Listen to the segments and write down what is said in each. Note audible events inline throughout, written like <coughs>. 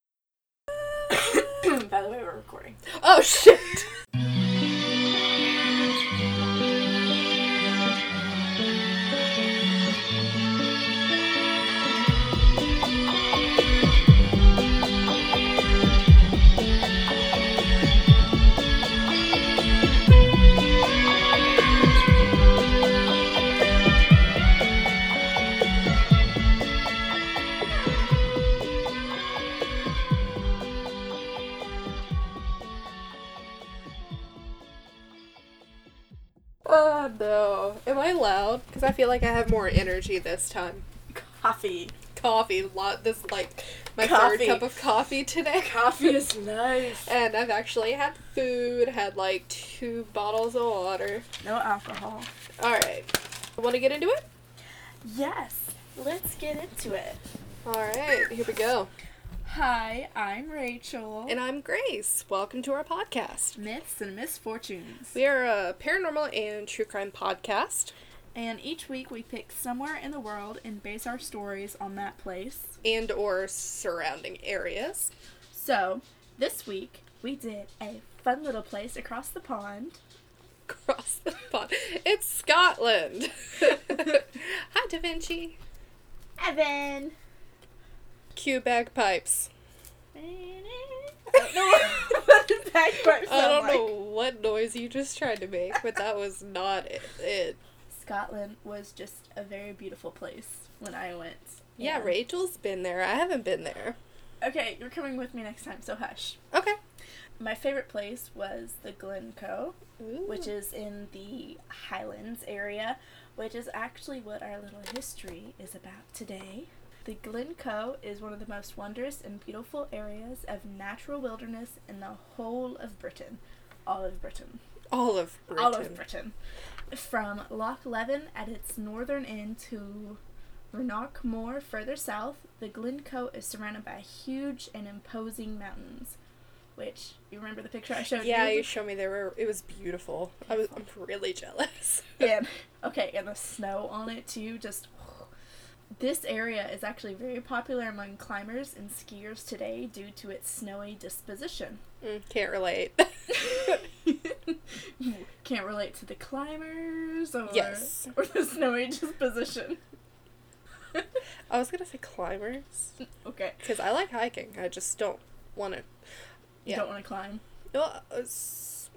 <coughs> by the way, we're recording. Oh shit. Oh no. Am I loud? Because I feel like I have more energy this time. Coffee. Coffee. Lot. This like my Coffee. third cup of coffee today. Coffee is nice. And I've actually had food. Had like two bottles of water. No alcohol. All right. Want to get into it? Yes. Let's get into it. All right. Here we go. Hi, I'm Rachel. And I'm Grace. Welcome to our podcast. Myths and misfortunes. We are a paranormal and true crime podcast. And each week we pick somewhere in the world and base our stories on that place. and or surrounding areas. So, this week we did a fun little place across the pond. <laughs> Across the pond. It's <laughs> Scotland. Hi, Da Vinci. Evan. Cue bagpipes. <laughs> I don't know what noise you just tried to make, but that was not it. it. Scotland was just a very beautiful place when I went. Yeah, And- Rachel's been there. I haven't been there. Okay, you're coming with me next time, so hush. Okay. My favorite place was the Glencoe, Ooh. which is in the Highlands area, which is actually what our little history is about today. The Glencoe is one of the most wondrous and beautiful areas of natural wilderness in the whole of Britain. All of Britain. all of Britain. all of Britain. From Loch Leven at its northern end to Renark Moor further south, the Glencoe is surrounded by huge and imposing mountains. Which you remember the picture I showed Yeah, you? <laughs> you showed me there. Were, it was beautiful. I was, I'm really <laughs> jealous. and okay, and the snow on it too. Just <sighs> this area is actually very popular among climbers and skiers today due to its snowy disposition. Mm, Can't relate. <laughs> <laughs> Can't relate to the climbers or Yes. or the snowy disposition. I was gonna say climbers. <laughs> okay. Because I like hiking. I just don't want to. You Yeah. don't want to climb. No, it's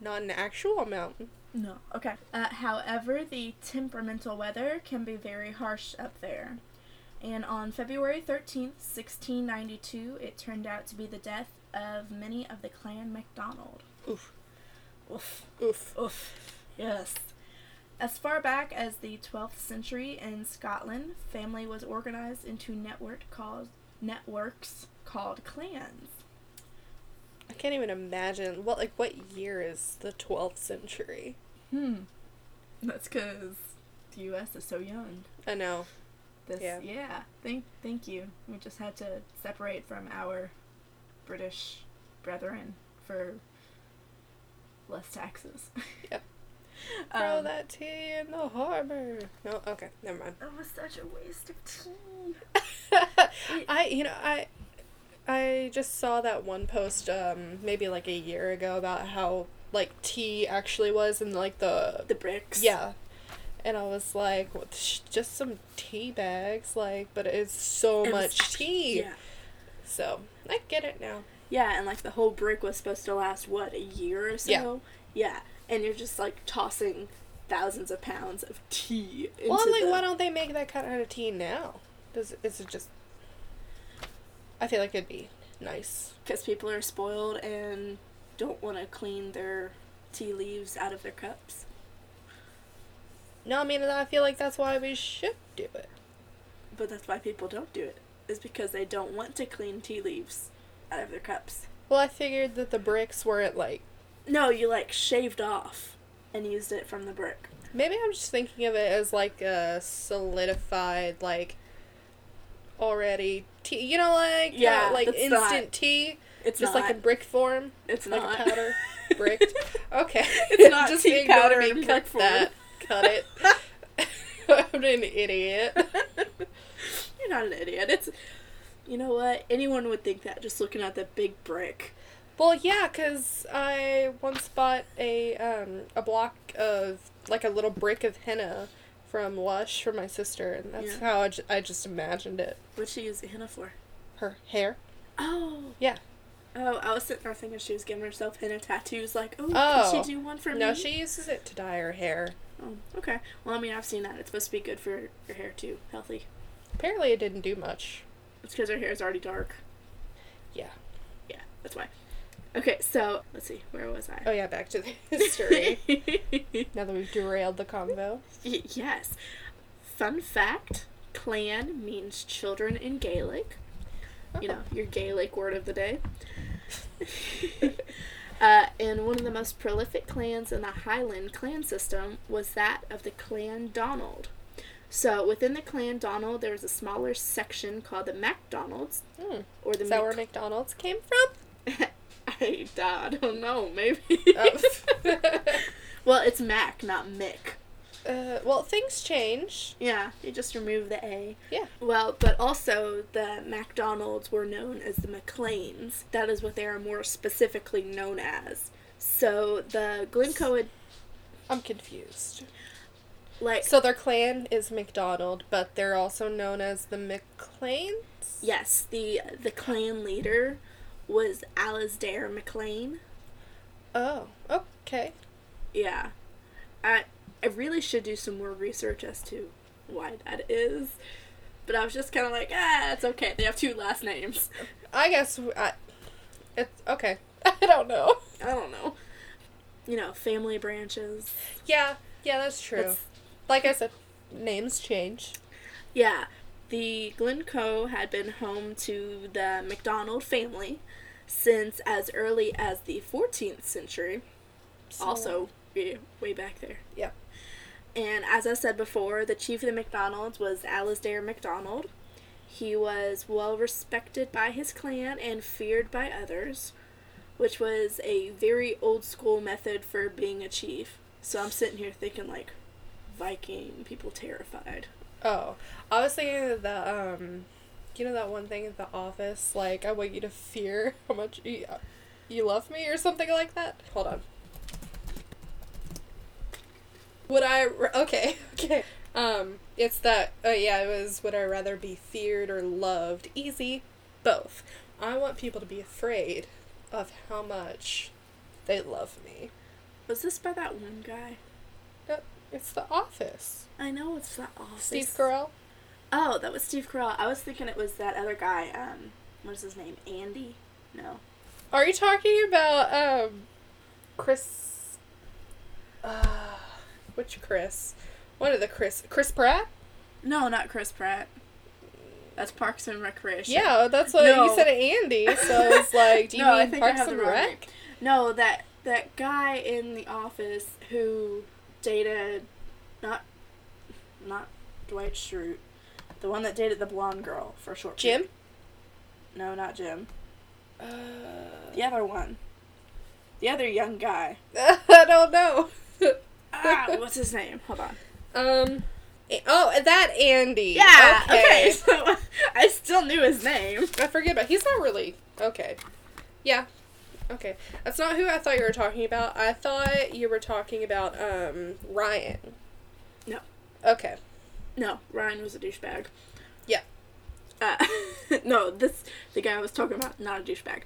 not an actual mountain. No. Okay. Uh, however, the temperamental weather can be very harsh up there. And on February 13th, 1692, it turned out to be the death of many of the clan MacDonald. Oof. Oof. Oof. Oof. Yes. As far back as the 12th century in Scotland, family was organized into network called networks called clans. I can't even imagine what like what year is the 12th century. Hmm. That's because the U.S. is so young. I know. This, yeah. Yeah. Thank, thank you. We just had to separate from our British brethren for less taxes. Yep. Throw <laughs> Um, that tea in the harbor. No, okay, never <laughs> mind. that was such a waste of tea. I you know I I just saw that one post um maybe like a year ago about how like tea actually was in like the The bricks. Yeah. And I was like, what, sh- just some tea bags, like, but it's so It was- much tea. Yeah. So I get it now. Yeah, and like the whole brick was supposed to last what a year or so. Yeah. And you're just like tossing thousands of pounds of tea into well, I'm like, the- why don't they make that kind of tea now? Does is it just? I feel like it'd be nice. because people are spoiled and don't want to clean their tea leaves out of their cups. No, I mean, I feel like that's why we should do it. But that's why people don't do it, is because they don't want to clean tea leaves out of their cups. Well, I figured that the bricks weren't like. No, you like shaved off and used it from the brick. Maybe I'm just thinking of it as like a solidified, like already tea. You know, like kinda Yeah, like it's not- instant tea. It's just not. like a brick form. it's like a not <laughs> powder brick. Okay, <laughs> It's not tea ignore powder me, in cut brick form. that. Cut <laughs> it. <laughs> I'm an idiot. You're not an idiot. It's. You know what? Anyone would think that just looking at the big brick. Well, yeah, cause I once bought a um a block of like a little brick of henna from Lush for my sister, and that's Yeah. how I, ju- I just imagined it. What'd she use the henna for? Her hair. Oh. Yeah. Oh, I was sitting there thinking she was giving herself henna tattoos. Like, oh, Oh. could she do one for me? No, she uses it to dye her hair. Oh, okay. Well, I mean, I've seen that. It's supposed to be good for your- your hair too, healthy. Apparently, it didn't do much. It's because her hair is already dark. Yeah. Yeah, that's why. Okay, so let's see. Where was I? Oh yeah, back to the <laughs> <laughs> history. now that we've derailed the convo. Y- yes. Fun fact: Clan means children in Gaelic. You know your Gaelic word of <laughs> the day. uh, and one of the most prolific clans in the Highland clan system was that of the Clan Donald. So within the Clan Donald, there was a smaller section called the MacDonalds Hmm. or the Is that where Mac- McDonald's came <laughs> from? I, I don't know, maybe. Oh. <laughs> <laughs> well, it's Mac, not Mick. Uh, well, things change. Yeah, you just remove the A. Yeah. Well, but also the McDonald's were known as the McLeans. That is what they are more specifically known as. So the Glencoe had I'm confused. like So their clan is McDonald, but they're also known as the McClanes? yes, the the clan leader was Alasdair McLean. Oh, okay. Yeah. I I really should do some more research as to why that is. But I was just kind of like, ah, it's okay. They have two last names. I guess w- I. It's okay. <laughs> I don't know. I don't know. You know, family branches. Yeah, yeah, that's true. That's- like I said, names change. Yeah, the Glencoe had been home to the MacDonald family since as early as the 14th century. So- Also, way, way back there. Yeah. And as I said before, the chief of the MacDonalds was Alasdair MacDonald. He was well respected by his clan and feared by others, which was a very old school method for being a chief. So I'm sitting here thinking, like, Viking, people terrified. Oh, I was thinking of the um, you know that one thing in the office, like I want you to fear how much you, you love me or something like that. Hold on. Would I? r- Okay, <laughs> okay. Um, it's that. Oh yeah, it was. Would I rather be feared or loved? Easy, both. I want people to be afraid of how much they love me. Was this by that one guy? That- It's the office. I know it's that office. Steve Carell. Oh, that was Steve Carell. I was thinking it was that other guy. Um, what is his name? Andy? No. Are you talking about um Chris uh which Chris? One of the Chris Chris Pratt? No, not Chris Pratt. That's Parks and Recreation. Yeah, that's what you No. said Andy, so it's <laughs> like do you No, I mean think I Parks have and the wrong Rec? No, that that guy in the office who dated, not, not Dwight Schrute, the one that dated the blonde girl for a short. Jim? period. No, not Jim. Uh, The other one. The other <laughs> young guy. <laughs> I don't know. <laughs> Ah, what's his name? Hold on. um a- oh that Andy. Yeah. Okay. <laughs> So I still knew his name. I forget but he's not really okay. Yeah. Okay. That's not who I thought you were talking about. I thought you were talking about um Ryan. No. Okay. No, Ryan was a douchebag. Yeah. Uh, <laughs> no, this the guy I was talking about, not a douchebag.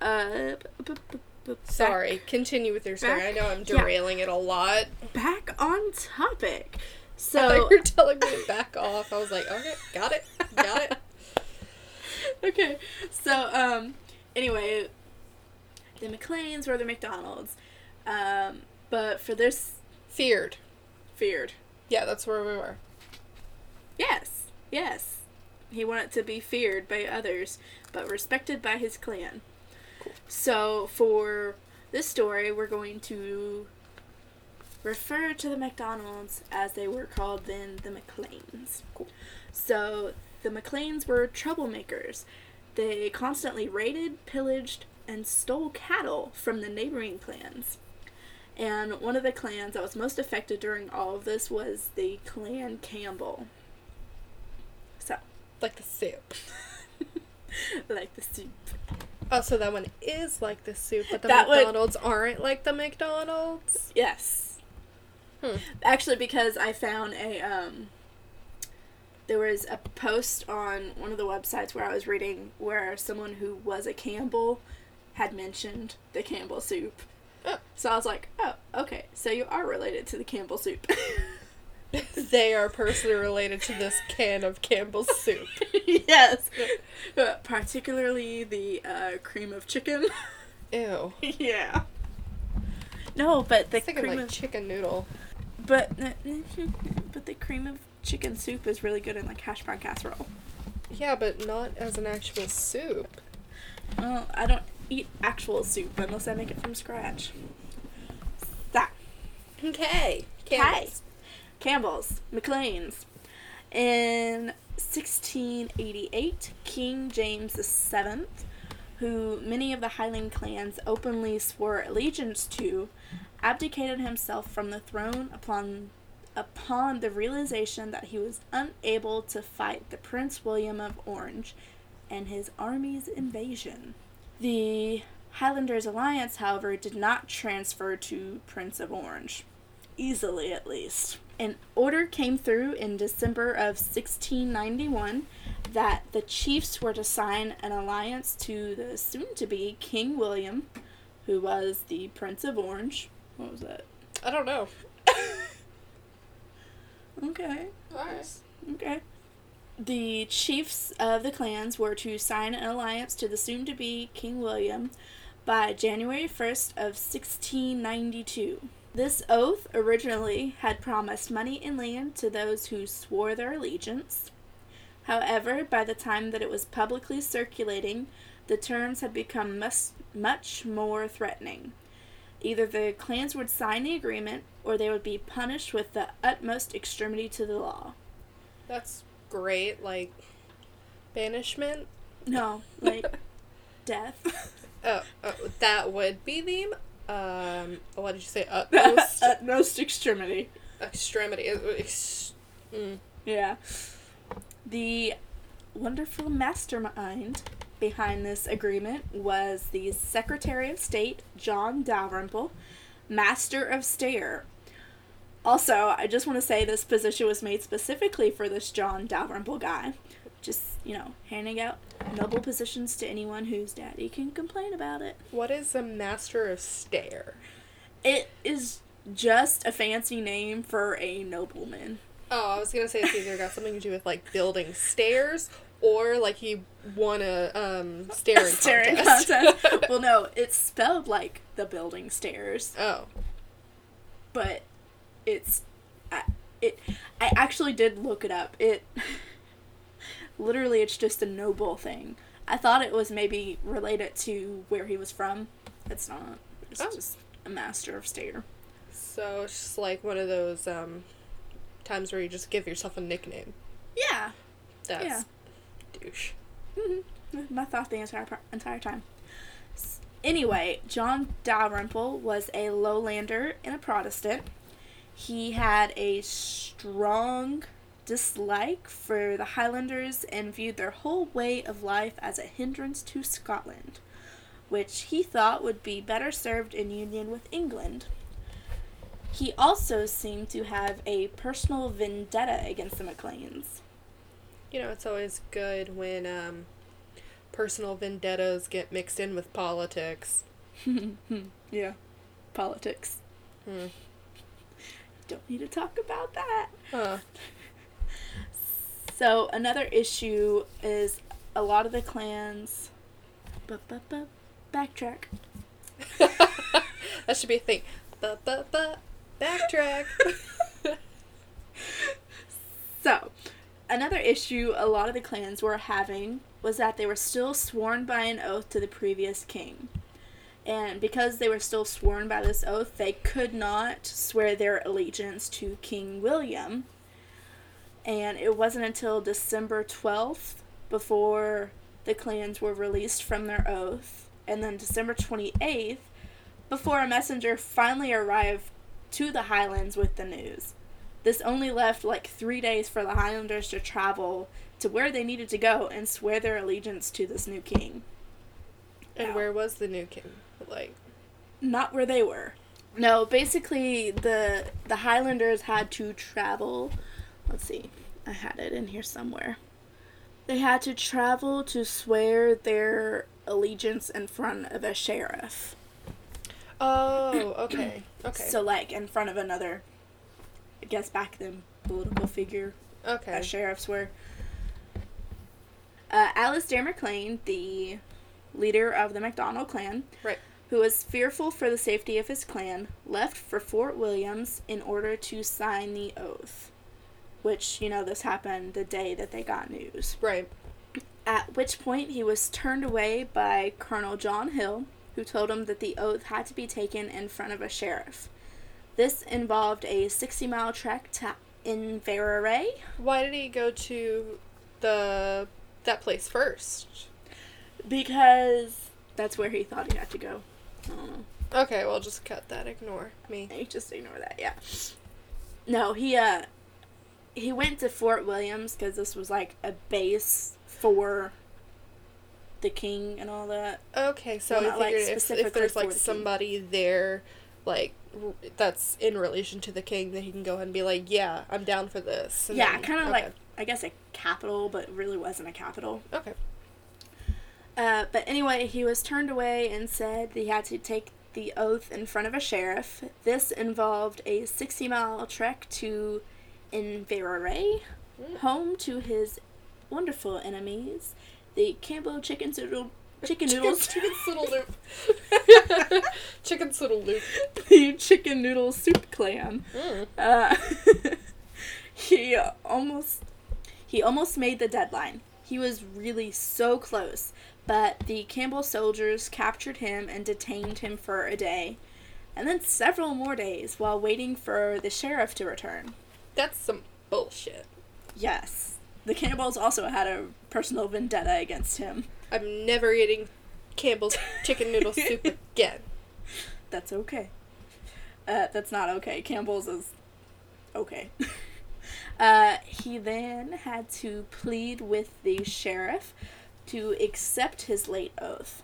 Uh, b- b- b- b- Sorry, continue with your story. I know I'm Yeah. derailing it a lot. Back, back on topic. So So you're telling me to back off. I was like, okay, got it, got <laughs> it. okay. So um, anyway, the McLeans were the McDonald's, um, but for this Feared. feared. Yeah, that's where we were. Yes, yes. He wanted to be feared by others, but respected by his clan. So, for this story, we're going to refer to the McDonalds as they were called then the McLeans. Cool. So, the McLeans were troublemakers. They constantly raided, pillaged, and stole cattle from the neighboring clans. And one of the clans that was most affected during all of this was the Clan Campbell. So, <laughs> Like the soup. like the soup. Oh, so that one is like the soup, but the That one- McDonald's aren't like the <laughs> McDonald's. Yes. Hmm. Actually, because I found a um, there was a post on one of the websites where I was reading where someone who was a Campbell had mentioned the Campbell soup. Oh. So I was like, oh, okay, so you are related to the <laughs> Campbell soup. they are personally related to this can of Campbell's <laughs> soup. yes, Uh, particularly the uh, cream of chicken. <laughs> Ew. yeah. No, but the It's thinking cream like of chicken noodle. But <laughs> the- but the cream of chicken soup is really good in like hash brown casserole. Yeah, but not as an actual soup. Well, I don't eat actual soup unless I make it from scratch. That Okay. Campbell's. Campbell's, McLean's. In 1688, King James VII, who many of the Highland clans openly swore allegiance to, abdicated himself from the throne upon upon the realization that he was unable to fight the Prince William of Orange and his army's invasion. The Highlanders' alliance, however, did not transfer to Prince of Orange easily at least. An order came through in December of 1691 that the chiefs were to sign an alliance to the soon to be King William, who was the Prince of Orange. What was that? I don't know. Okay. Alright. Okay. The chiefs of the clans were to sign an alliance to the soon to be King William by January 1st of 1692. This oath originally had promised money and land to those who swore their allegiance. However, by the time that it was publicly circulating, the terms had become mus- much more threatening. Either the clans would sign the agreement or they would be punished with the utmost extremity to the law. That's great. Like, banishment? No, like death. Oh, oh, that would be the, um, what did you <laughs> say? Utmost Utmost extremity. extremity. Uh, ex- mm. Yeah. The wonderful mastermind behind this agreement was the Secretary of State, John Dalrymple, Master of Stair. Also, I just want to say this position was made specifically for this John Dalrymple guy. Just, you know, handing out noble positions to anyone whose daddy can complain about it. What is a master of stare? It is just a fancy name for <laughs> a nobleman. Oh, I was gonna say it's either got something to do with like building stairs or like he won a um <laughs> staring <laughs> Staring contest. <laughs> contest. well, no, it's spelled like the building stairs, oh, but it's I, it. I actually did look it up. It <laughs> literally, it's just a noble thing. I thought it was maybe related to where he was from. It's not. It's Oh. just a master of stair. so it's just like one of those um times where you just give yourself a nickname. Yeah. That's Yeah. douche. Mm-hmm. <laughs> My thought the entire par- entire time. S- Anyway, John Dalrymple was a lowlander and a Protestant. He had a strong dislike for the Highlanders and viewed their whole way of life as a hindrance to Scotland, which he thought would be better served in union with England. He also seemed to have a personal vendetta against the Macleans. You know, it's always good when um personal vendettas get mixed in with politics. <laughs> yeah. Politics. Hmm. Don't need to talk about that. Huh. <laughs> So another issue is a lot of the clans. bu- bu- bu- Backtrack. that should be a thing. Ba ba ba. Backtrack. <laughs> So, another issue a lot of the clans were having was that they were still sworn by an oath to the previous king. And because they were still sworn by this oath, they could not swear their allegiance to King William. And it wasn't until December 12th before the clans were released from their oath. And then December 28th before a messenger finally arrived to the Highlands with the news. This only left like three days for the Highlanders to travel to where they needed to go and swear their allegiance to this new king. And now. where was the new king? <clears throat> Like, not where they were. No, basically the the Highlanders had to travel. Let's see, I had it in here somewhere. They had to travel to swear their allegiance in front of a sheriff. oh, <clears throat> okay, okay, So like in front of another, I guess back then political figure okay. uh, sheriffs were. Uh, Alistair MacLean, the leader of the MacDonald clan, Right. who was fearful for the safety of his clan, left for Fort Williams in order to sign the oath. Which, you know, this happened the day that they got news. Right. At which point, he was turned away by Colonel John Hill, who told him that the oath had to be taken in front of a sheriff. This involved a 60 mile trek to Inverary, Why did he go to the that place first? Because that's where he thought he had to go. I don't know. Okay, well, just cut that. Ignore me. You just ignore that, yeah. No, he uh he went to Fort Williams because this was like a base for the king and all that. Okay, so Well, not, I like, figured if, specifically if there's for like the king. somebody there, like r- that's in relation to the king, that he can go ahead and be like, "Yeah, I'm down for this." and yeah, then- kind of okay. like I guess a capital, but really wasn't a capital. Okay. Uh, but anyway, he was turned away and said that he had to take the oath in front of a sheriff. This involved a 60 mile trek to Inverary, Mm. home to his wonderful enemies, the Campbell chicken noodle, chicken <laughs> noodles, Chicken, chicken Soodle loop. chicken Soodle loop. <laughs> the chicken noodle soup clan. Mm. Uh, <laughs> he almost he almost made the deadline. He was really so close, but the Campbell soldiers captured him and detained him for a day, and then several more days while waiting for the sheriff to return. That's some bullshit. Yes, the Campbells also had a personal vendetta against him. I'm never eating Campbell's chicken noodle <laughs> soup again. That's okay. Uh, that's not okay. Campbell's is okay. <laughs> uh, he then had to plead with the sheriff to accept his late oath.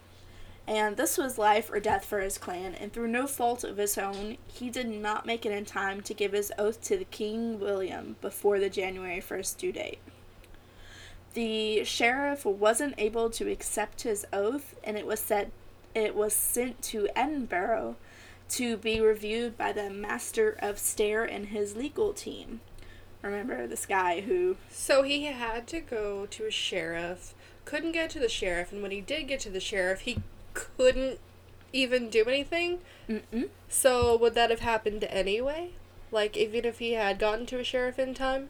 And this was life or death for his clan, and through no fault of his own, he did not make it in time to give his oath to the King William before the January 1st due date. The sheriff wasn't able to accept his oath, and it was said it was sent to Edinburgh to be reviewed by the master of Stair and his legal team. Remember this guy who So he had to go to a sheriff, couldn't get to the sheriff, and when he did get to the sheriff, he couldn't even do anything. Mm-mm. So would that have happened anyway? Like even if he had gotten to a sheriff in time?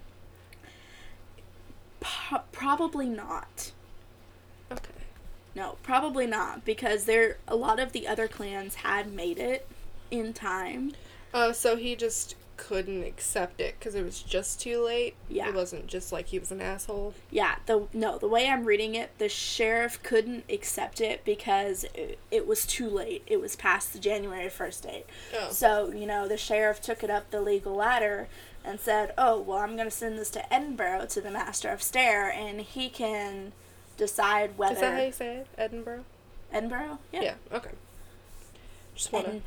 Po- probably not. Okay. No, probably not because there a lot of the other clans had made it in time. Oh, so he just couldn't accept it because it was just too late. Yeah. It wasn't just like he was an asshole. Yeah, the no, the way I'm reading it, the sheriff couldn't accept it because it, it was too late. It was past the January 1st date. Oh. So, you know, the sheriff took it up the legal ladder and said, "Oh, well, I'm going to send this to Edinburgh to the master of Stair and he can decide whether Is that how you say it? Edinburgh? Edinburgh?" Yeah. Okay. Just wanna. And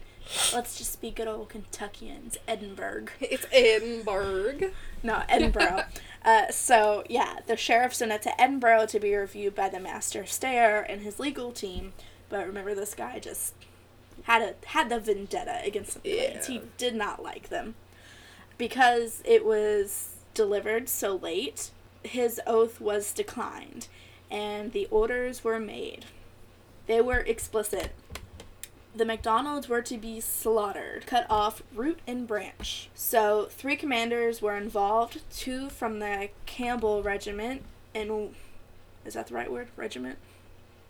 let's just be good old Kentuckians, Edinburgh. <laughs> It's Edinburgh. No, Edinburgh. uh, so, yeah, the sheriff sent it to Edinburgh to be reviewed by the master of Stair and his legal team. But remember, this guy just had a had the vendetta against the Plains. Yeah. He did not like them because it was delivered so late. His oath was declined, and the orders were made. They were explicit. The MacDonalds were to be slaughtered, cut off root and branch. So, three commanders were involved two from the Campbell Regiment, and is that the right word? Regiment?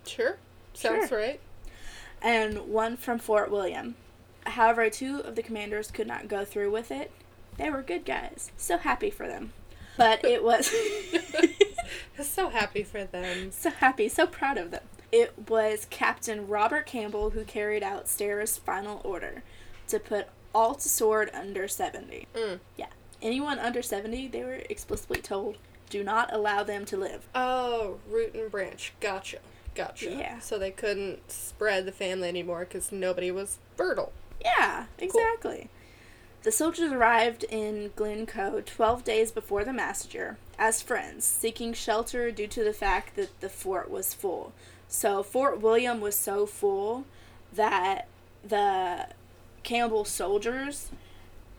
Sure. Sounds Sure. right. And one from Fort William. However, two of the commanders could not go through with it. They were good guys. So happy for them. But it was. <laughs> <laughs> I'm so happy for them. so happy, so proud of them. It was Captain Robert Campbell who carried out Stair's final order to put all to sword under 70. Mm. Yeah. Anyone under 70, they were explicitly told, do not allow them to live. Oh, root and branch. Gotcha. Gotcha. Yeah. So they couldn't spread the family anymore because nobody was fertile. Yeah, exactly. The soldiers arrived in Glencoe 12 days before the massacre as friends, seeking shelter due to the fact that the fort was full. So, Fort William was so full that the Campbell soldiers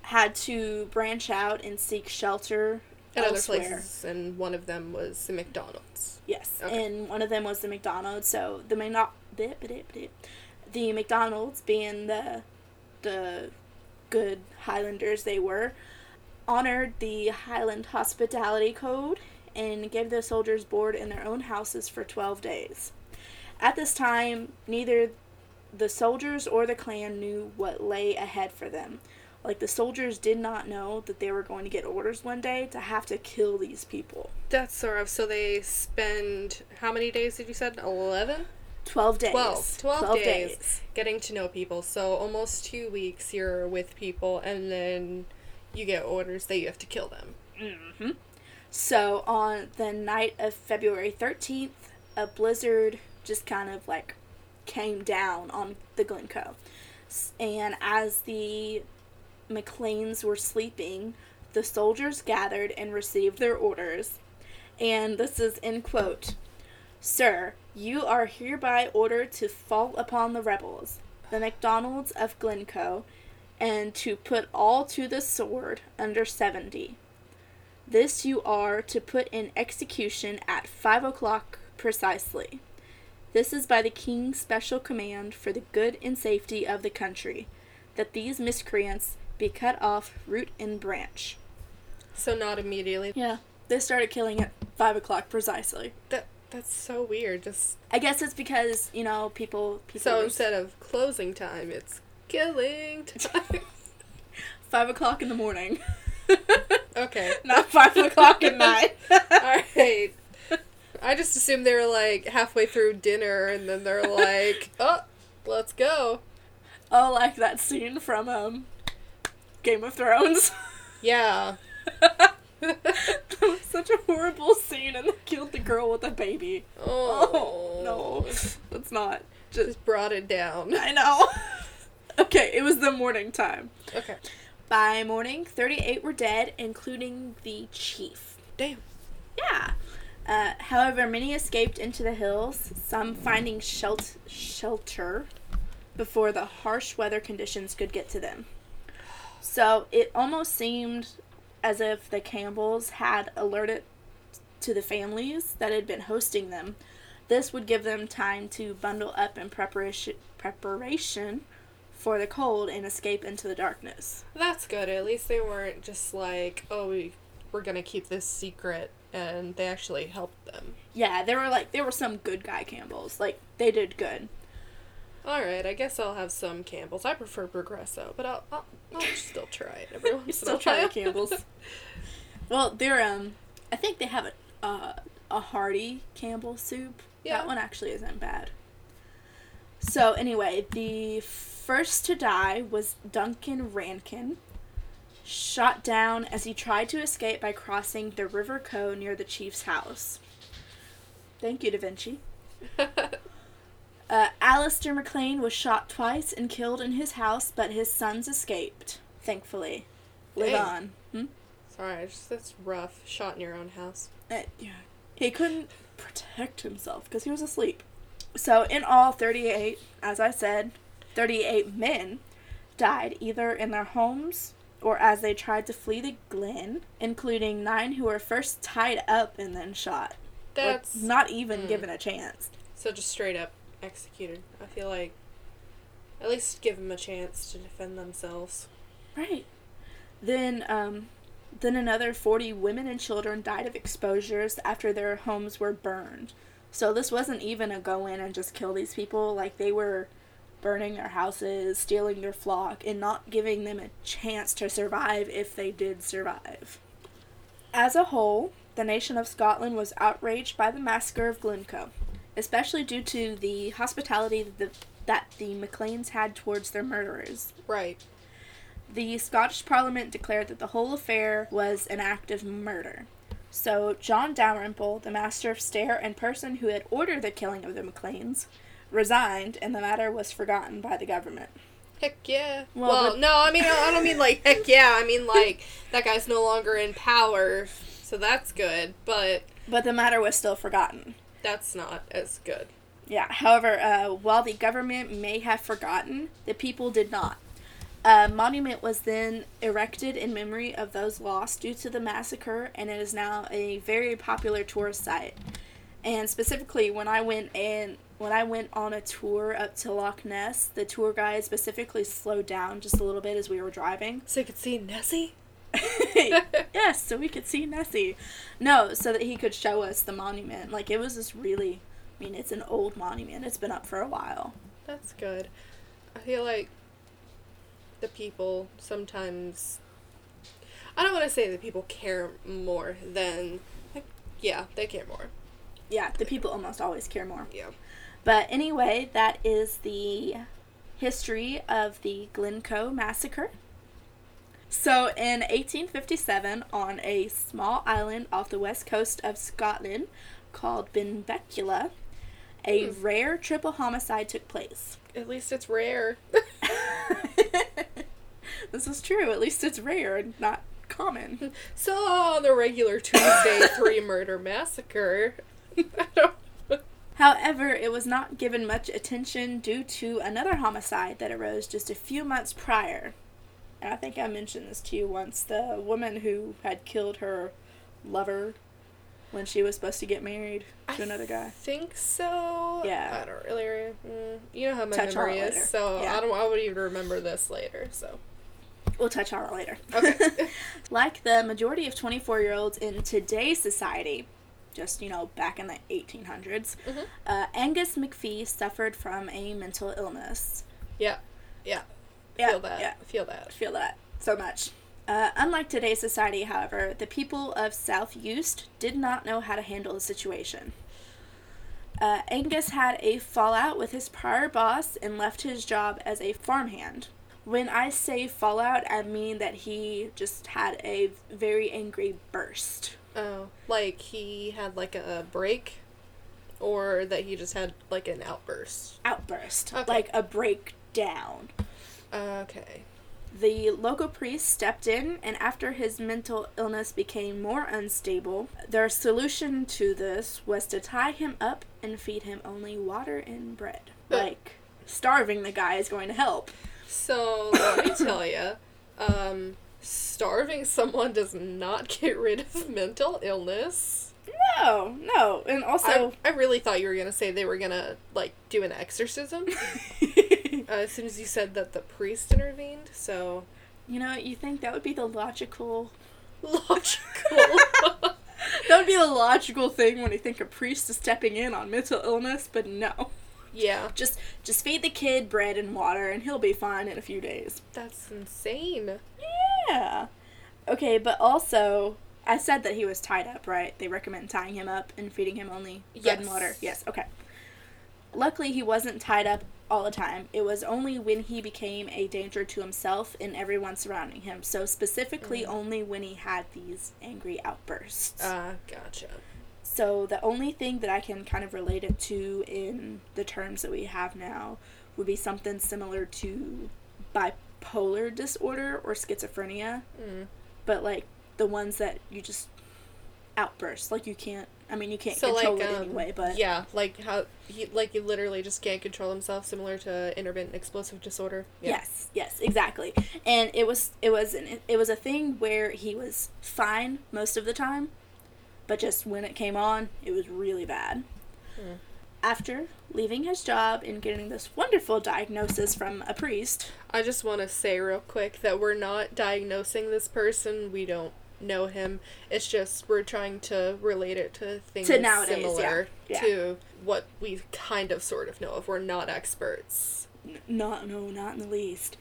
had to branch out and seek shelter At other elsewhere. places, and one of them was the McDonald's. Yes, Okay. and one of them was the McDonald's. So the McDo- blip, blip, blip. the McDonald's being the the good Highlanders they were, honored the Highland Hospitality Code and gave the soldiers board in their own houses for twelve days. At this time, neither the soldiers or the clan knew what lay ahead for them. Like the soldiers did not know that they were going to get orders one day to have to kill these people. That's sort of so they spend how many days did you said? Eleven? 12 days. 12, 12 days. Getting to know people. So almost two weeks you're with people and then you get orders that you have to kill them. Mm-hmm. So on the night of February 13th, a blizzard just kind of like came down on the Glencoe. S- And as the McLeans were sleeping, the soldiers gathered and received their orders. And this is in quote Sir, you are hereby ordered to fall upon the rebels, the MacDonalds of Glencoe, and to put all to the sword under 70. This you are to put in execution at five o'clock precisely. This is by the king's special command for the good and safety of the country, that these miscreants be cut off root and branch. So not immediately. Yeah, they started killing at five o'clock precisely. That that's so weird. Just I guess it's because you know people people. so were- instead of closing time, it's <laughs> killing time. five o'clock in the morning, <laughs> okay. not five o'clock <laughs> at night. <laughs> Alright. I just assumed they were like halfway through dinner and then they're <laughs> like, Oh, let's go. Oh, like that scene from um, Game of Thrones. <laughs> Yeah. <laughs> Oh. that was such a horrible scene, and they killed the girl with a baby. Oh, Oh, no, that's not. Just Just brought it <laughs> down. I know. okay, it was the morning time. Okay. By morning, thirty-eight were dead, including the chief. Damn. Yeah. Uh, however, many escaped into the hills, some finding shelt- shelter before the harsh weather conditions could get to them. So it almost seemed as if the Campbells had alerted to the families that had been hosting them. This would give them time to bundle up in preparation preparation for the cold and escape into the darkness. That's good. At least they weren't just like, oh, we, we're gonna keep this secret, and they actually helped them. Yeah, there were like there were some good guy Campbells. Like they did good. All right, I guess I'll have some Campbell's. I prefer Progresso, but I'll I'll, I'll still try it <laughs> every once in a still while. trying Campbell's. <laughs> Well, they're um, I think they have a uh, a hearty Campbell soup. Yeah. That one actually isn't bad. So anyway, the first to die was Duncan Rankin, shot down as he tried to escape by crossing the River Co near the chief's house. Thank you, <laughs> Da Vinci. Uh, Alistair McLean was shot twice and killed in his house, but his sons escaped. Thankfully, live Dang. on. Hmm? Sorry, I just, that's rough. Shot in your own house. Uh, yeah. He couldn't protect himself because he was asleep. So, in all, 38, as I said, 38 men died either in their homes or as they tried to flee the glen, including nine who were first tied up and then shot. Or That's not even mm. given a chance. so just straight up executed. I feel like at least give them a chance to defend themselves. Right. Then, um, then another 40 women and children died of exposures after their homes were burned. So this wasn't even a go in and just kill these people. Like they were burning their houses, stealing their flock, and not giving them a chance to survive if they did survive. As a whole, the nation of Scotland was outraged by the massacre of Glencoe, especially due to the hospitality that the, that the Macleans had towards their murderers. Right. The Scottish Parliament declared that the whole affair was an act of murder. So, John Dalrymple, the master of Stair and person who had ordered the killing of the McLeans, resigned, and the matter was forgotten by the government. Heck yeah. Well, Well, but- no, I mean, I don't mean like heck yeah. I mean <laughs> like that guy's no longer in power, so that's good, but But the matter was still forgotten. that's not as good. Yeah. However, uh, while the government may have forgotten, the people did not. A monument was then erected in memory of those lost due to the massacre, and it is now a very popular tourist site. And specifically, when I went and when I went on a tour up to Loch Ness, the tour guide specifically slowed down just a little bit as we were driving. So you could see Nessie? <laughs> yes, so we could see Nessie. No, so that he could show us the monument. Like it was this really, I mean, it's an old monument. It's been up for a while. That's good. I feel like the people sometimes. I don't want to say that people care more than. Like, yeah, they care more. Yeah, the people almost always care more. Yeah. But anyway, that is the history of the Glencoe massacre. So, in 1857, on a small island off the west coast of Scotland called Benbecula, a rare triple homicide took place. At least it's <laughs> rare. this is true. At least it's rare and not common. so on the regular <laughs> Tuesday three murder massacre. <laughs> I don't. However, it was not given much attention due to another homicide that arose just a few months prior. And I think I mentioned this to you once the woman who had killed her lover when she was supposed to get married to I another guy. Think so. Yeah. I don't really. re- Mm, you know how my Touch on memory it is, later. so Yeah. I don't. I would even remember this later. So. We'll touch on it later. Okay. <laughs> like the majority of 24 year olds in today's society, just you know, back in the 1800s, Mhm. uh, Angus McPhee suffered from a mental illness. Yeah. Yeah. Yeah, Feel that. yeah, Feel that. I feel that so much. Uh, unlike today's society, however, the people of South Eust did not know how to handle the situation. Uh, Angus had a fallout with his prior boss and left his job as a farmhand. When I say fallout, I mean that he just had a very angry burst. Oh, like he had like a break, or that he just had like an outburst. outburst, Okay. like a breakdown. Okay. The local priest stepped in, and after his mental illness became more unstable, their solution to this was to tie him up and feed him only water and bread. But- Like, starving the guy is going to help. So let me tell you, um, starving someone does not get rid of mental illness. No, no, and also. I, I really thought you were gonna say they were gonna like do an exorcism uh, you as soon as you said that the priest intervened. So <laughs> know, <laughs> you think that would be the logical. logical. <laughs> That would be the logical thing when you think a priest is stepping in on mental illness, but no. yeah, Just just feed the kid bread and water and he'll be fine in a few days. that's insane. Yeah. Okay, but also, I said that he was tied up, right? They recommend tying him up and feeding him only bread and Yes. water. Yes, okay. Luckily, he wasn't tied up all the time. It was only when he became a danger to himself and everyone surrounding him. So, specifically, only when he had these angry outbursts. Mm. Uh, gotcha. So the only thing that I can kind of relate it to in the terms that we have now would be something similar to bipolar disorder or schizophrenia, Mm. but like the ones that you just outburst, like you can't. I mean, you can't So, control like, it um, anyway, but Yeah, like how he like he literally just can't control himself, similar to intermittent explosive disorder. Yes, yes, exactly. And it was it was an, it was a thing where he was fine most of the time, but just when it came on, it was really bad. Hmm. After leaving his job and getting this wonderful diagnosis from a priest, I just want to say real quick that we're not diagnosing this person. We don't know him. It's just we're trying to relate it to things To nowadays, yeah, similar yeah. to what we kind of sort of know if we're not experts. N- not no not in the least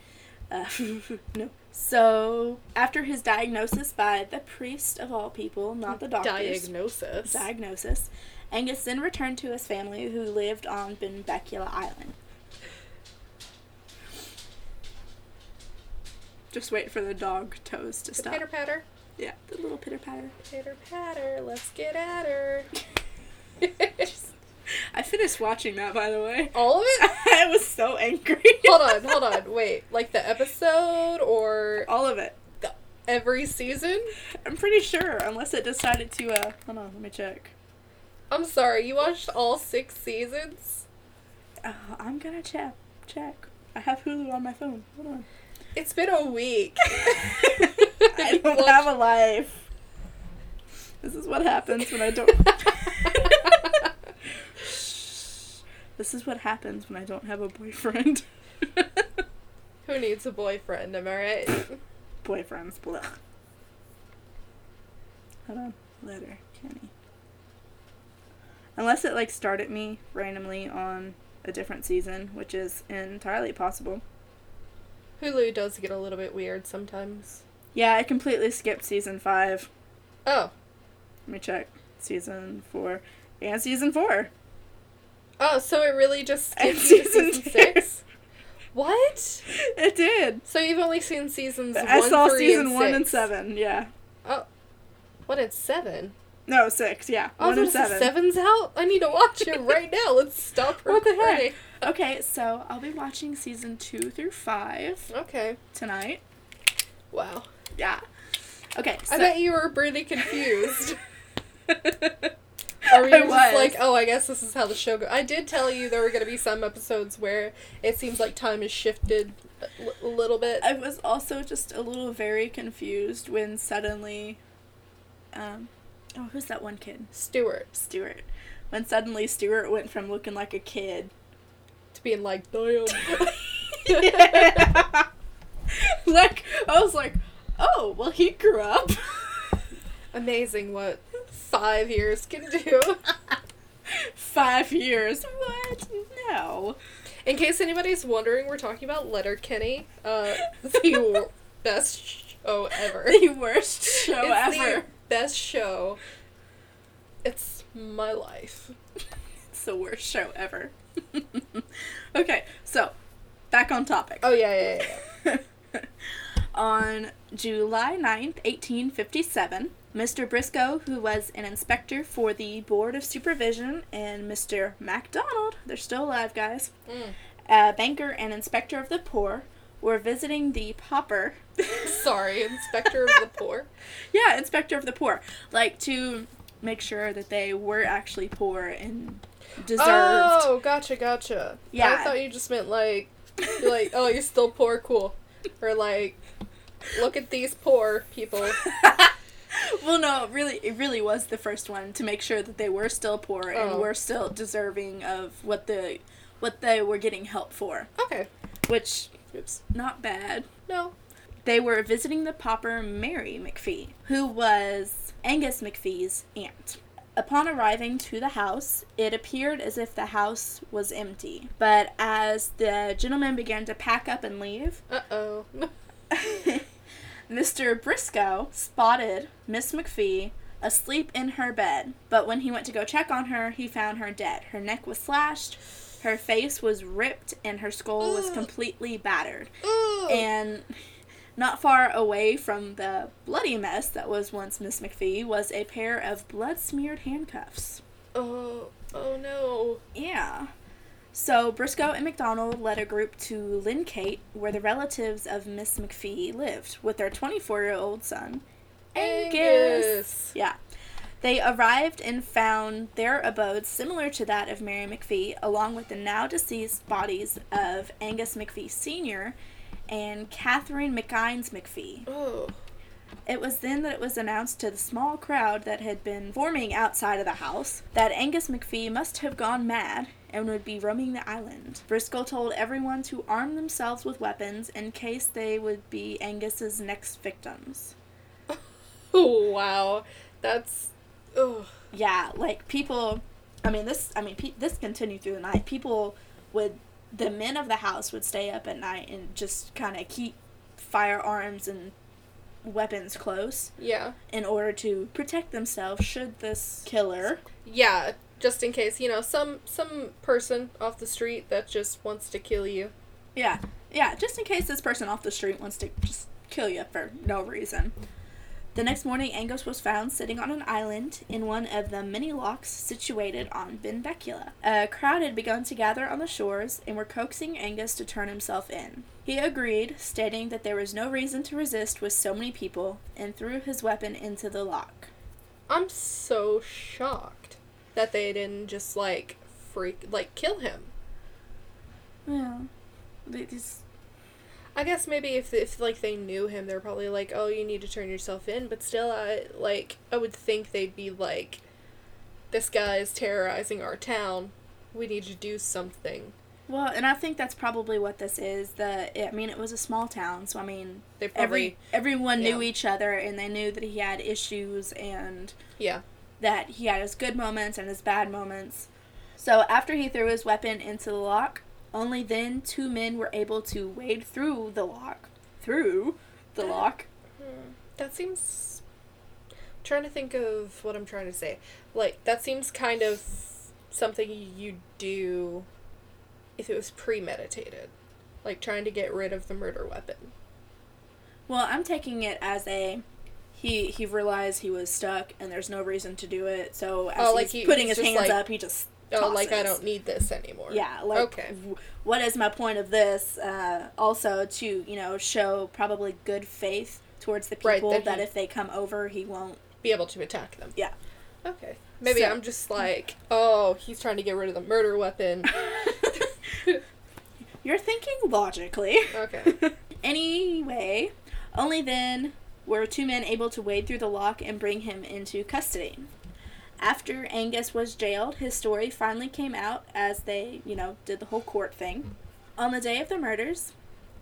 uh, <laughs> no so after his diagnosis by the priest of all people not the doctors Diagnosis. diagnosis angus then returned to his family who lived on benbecula island just wait for the dog toes to The stop Pitter patter. Yeah, the little pitter patter. Pitter patter, let's get at <laughs> her. I finished watching that, by the way. <laughs> All of it? I was so angry. hold on, <laughs> hold on, wait. Like the episode or All of it. the, every season? I'm pretty sure, unless it decided to. uh Hold on, let me check. I'm sorry, you watched all six seasons? Uh, I'm gonna check. Check. I have Hulu on my phone. Hold on. It's been a week. <laughs> I don't Watch- have a life. This is what happens when I don't. this is what happens when I don't have a boyfriend. Who needs a boyfriend, am I right? Boyfriends, blah. Hold on. Letter, Kenny. Unless it like started me randomly on a different season, which is entirely possible. Hulu does get a little bit weird sometimes. Yeah, I completely skipped season five. Oh, Let me check. Season four. And season four. <laughs> oh, so it really just And skipped you to season season two. six? What? It did. So you've only seen seasons I one, saw three, season and one and six. seven. Yeah. Oh, what? It's seven. No, six. Yeah, Oh, one I and was gonna say, seven. Seven's out. I need to watch <laughs> it right now. Let's stop What the recording. heck? Um, Okay, so I'll be watching season two through five Okay. tonight. Wow. Yeah. Okay. So I bet you were pretty <laughs> confused. I Or were you just was. like, oh, I guess this is how the show goes? I did tell you there were going to be some episodes where it seems like time has shifted a l- little bit. I was also just a little very confused when suddenly, um, oh, who's that one kid? Stewart Stuart. When suddenly Stuart went from looking like a kid. to being like, <laughs> damn. <laughs> like I was like, oh, well, he grew up. <laughs> <laughs> Amazing what five years can do. Five years. What? No. In case anybody's wondering, we're talking about Letterkenny, uh, the <laughs> wor- best show ever. The worst show it's the ever. best show. It's my life. It's the worst show ever. <laughs> okay, so back on topic. Oh yeah, yeah, yeah. yeah. <laughs> on July 9th, 1857, Mr. Briscoe, who was an inspector for the Board of Supervision, and Mr. MacDonald, they're still alive, guys, Mm. a banker and inspector of the poor, were visiting the pauper. <laughs> Mm. Sorry, Inspector of the Poor. Yeah, inspector of the poor. Like to make sure that they were actually poor and <laughs> deserved. Oh, gotcha, gotcha. Yeah. I thought you just meant like, like, oh, you're still poor, cool, or like, look at these poor <laughs> people. well, no, it really, it really was the first one to make sure that they were still poor and Oh. were still deserving of what the what they were getting help for, Okay. which Oops. not bad. No. They were visiting the pauper Mary McPhee, who was Angus McPhee's aunt. Upon arriving to the house, it appeared as if the house was empty. But as the gentlemen began to pack up and leave, <laughs> Uh oh. Mr. Briscoe spotted Miss McPhee asleep in her bed, but when he went to go check on her, he found her dead. Her neck was slashed, her face was ripped, and her skull was Ugh. completely battered. <laughs> Ooh. And not far away from the bloody mess that was once Miss McPhee was a pair of blood smeared handcuffs. Oh. Oh no. Yeah. So Briscoe and McDonald led a group to Lynn Kate, where the relatives of Miss McPhee lived, with their 24 year old son, Angus. Angus. Yeah. They arrived and found their abode similar to that of Mary McPhee, along with the now deceased bodies of Angus McPhee Sr. and Catherine McInes McPhee. Oh. It was then that it was announced to the small crowd that had been forming outside of the house that Angus McPhee must have gone mad and would be roaming the island. Briscoe told everyone to arm themselves with weapons in case they would be Angus's next victims. Oh wow. That's. Oh. Yeah, like people, I mean this, I mean pe- this continued through the night. People would, the men of the house would stay up at night and just kind of keep firearms and weapons close. Yeah. in order to protect themselves should this killer. Yeah. Just in case, you know, some some person off the street that just wants to kill you. Yeah, yeah, just in case this person off the street wants to just kill you for no reason. The next morning, Angus was found sitting on an island in one of the many locks situated on Benbecula. A crowd had begun to gather on the shores and were coaxing Angus to turn himself in. He agreed, stating that there was no reason to resist with so many people, and threw his weapon into the lock. I'm so shocked that they didn't just like freak like kill him. Well, they just I guess maybe if if like they knew him, they're probably like, "Oh, you need to turn yourself in." But still, I like I would think they'd be like, "This guy is terrorizing our town. We need to do something." Well, and I think that's probably what this is. The I mean, it was a small town, so I mean, They every probably everyone knew yeah. each other, and they knew that he had issues and yeah that he had his good moments and his bad moments. So after he threw his weapon into the lock, only then two men were able to wade through the lock, through the lock. that seems. I'm trying to think of what I'm trying to say. Like that seems kind of something you do if it was premeditated, like trying to get rid of the murder weapon. Well, I'm taking it as a he he realized he was stuck and there's no reason to do it. So as Oh, like he's he- putting he's his hands just like, up, he just Oh, like I tosses. don't need this anymore. Yeah, like Okay. w- what is my point of this? Uh, also to you know show probably good faith towards the Right, people that that he- if they come over, <laughs> he won't. <laughs> Be able to attack them. Yeah. Okay. Maybe So- I'm just like, oh, he's trying to get rid of the murder weapon. You're thinking logically. Oh, okay. <laughs> Anyway, only then were two men able to wade through the lock and bring him into custody. After Angus was jailed, his story finally came out as they, you know, did the whole court thing. On the day of the murders,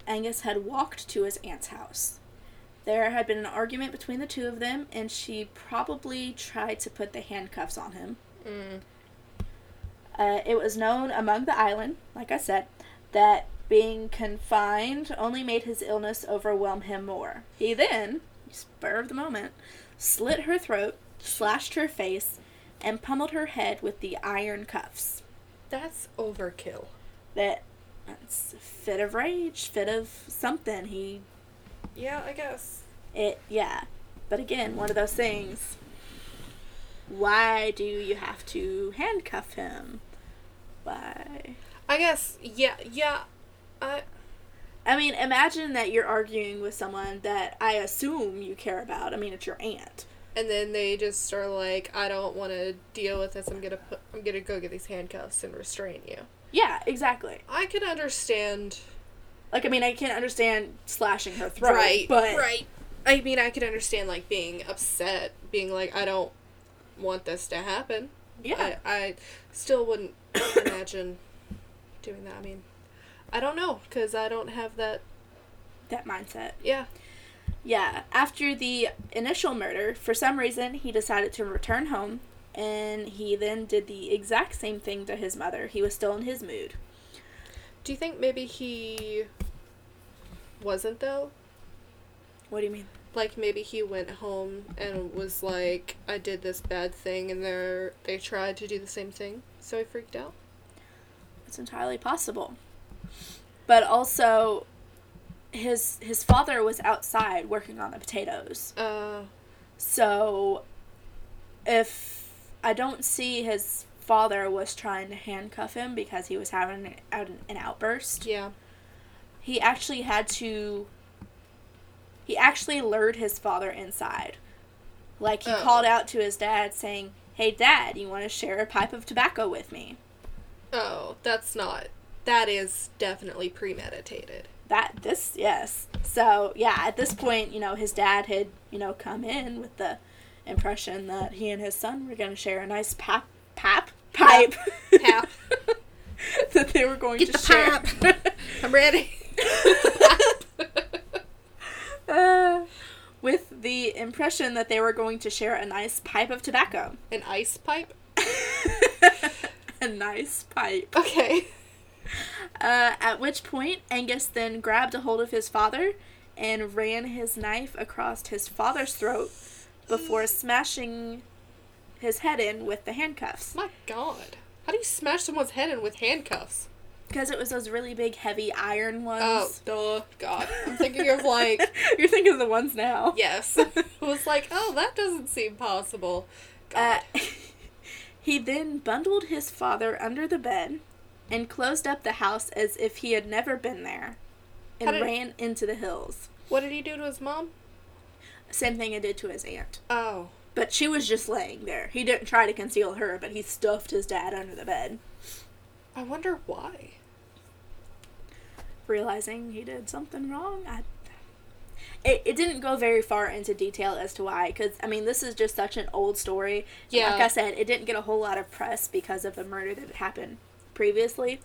Angus had walked to his aunt's house. There had been an argument between the two of them, and she probably tried to put the handcuffs on him. Mm. Uh, it was known among the island, like I said, that being confined only made his illness overwhelm him more. He then, spur of the moment, slit her throat, slashed her face, and pummeled her head with the iron cuffs. That's overkill. That that's a fit of rage, fit of something. He Yeah, I guess. it yeah. But again, one of those things. Why do you have to handcuff him? Why? I guess. Yeah. Yeah. I. I mean, imagine that you're arguing with someone that I assume you care about. I mean, it's your aunt. And then they just are like, I don't want to deal with this. I'm gonna put. I'm gonna go get these handcuffs and restrain you. Yeah, exactly. I can understand. Like, I mean, I can't understand slashing her throat, right. but right. I mean, I can understand like being upset, being like, I don't want this to happen. yeah, I, I still wouldn't <coughs> imagine doing that. I mean, I don't know because I don't have that. that mindset. Yeah. Yeah. After the initial murder, for some reason, he decided to return home, and he then did the exact same thing to his mother. He was still in his mood. Do you think maybe he wasn't though? What do you mean? Like maybe he went home and was like, I did this bad thing, and they they tried to do the same thing, so he freaked out. It's entirely possible. But also, his his father was outside working on the potatoes. Uh, So, if I don't see his father was trying to handcuff him because he was having an, an outburst, yeah. he actually had to. He actually lured his father inside. Like, he Oh. called out to his dad saying, Hey, dad, you want to share a pipe of tobacco with me? Oh, that's not. That is definitely premeditated. That, this, yes. So, yeah, at this point, you know, his dad had, you know, come in with the impression that he and his son were going to share a nice pap, pap, pipe. <laughs> Pap. that they were going Get to the share. pap. <laughs> I'm ready. Uh, <laughs> with the impression that they were going to share a nice pipe of tobacco. <laughs> An ice pipe. a nice pipe. Okay. Uh, at which point, Angus then grabbed a hold of his father and ran his knife across his father's throat before smashing his head in with the handcuffs. My God. How do you smash someone's head in with handcuffs? Because it was those really big, heavy iron ones. Oh, duh, God. I'm thinking of <laughs> like, <laughs> You're thinking of the ones now. yes. <laughs> I was like, oh, that doesn't seem possible. Uh, <laughs> God. he then bundled his father under the bed and closed up the house as if he had never been there and How did- ran into the hills. what did he do to his mom? Same thing I did to his aunt. Oh. But she was just laying there. He didn't try to conceal her, but he stuffed his dad under the bed, I wonder why. realizing he did something wrong. I, it, it didn't go very far into detail as to why, because, I mean, this is just such an old story. And Yeah. Like I said, it didn't get a whole lot of press because of the murder that had happened previously.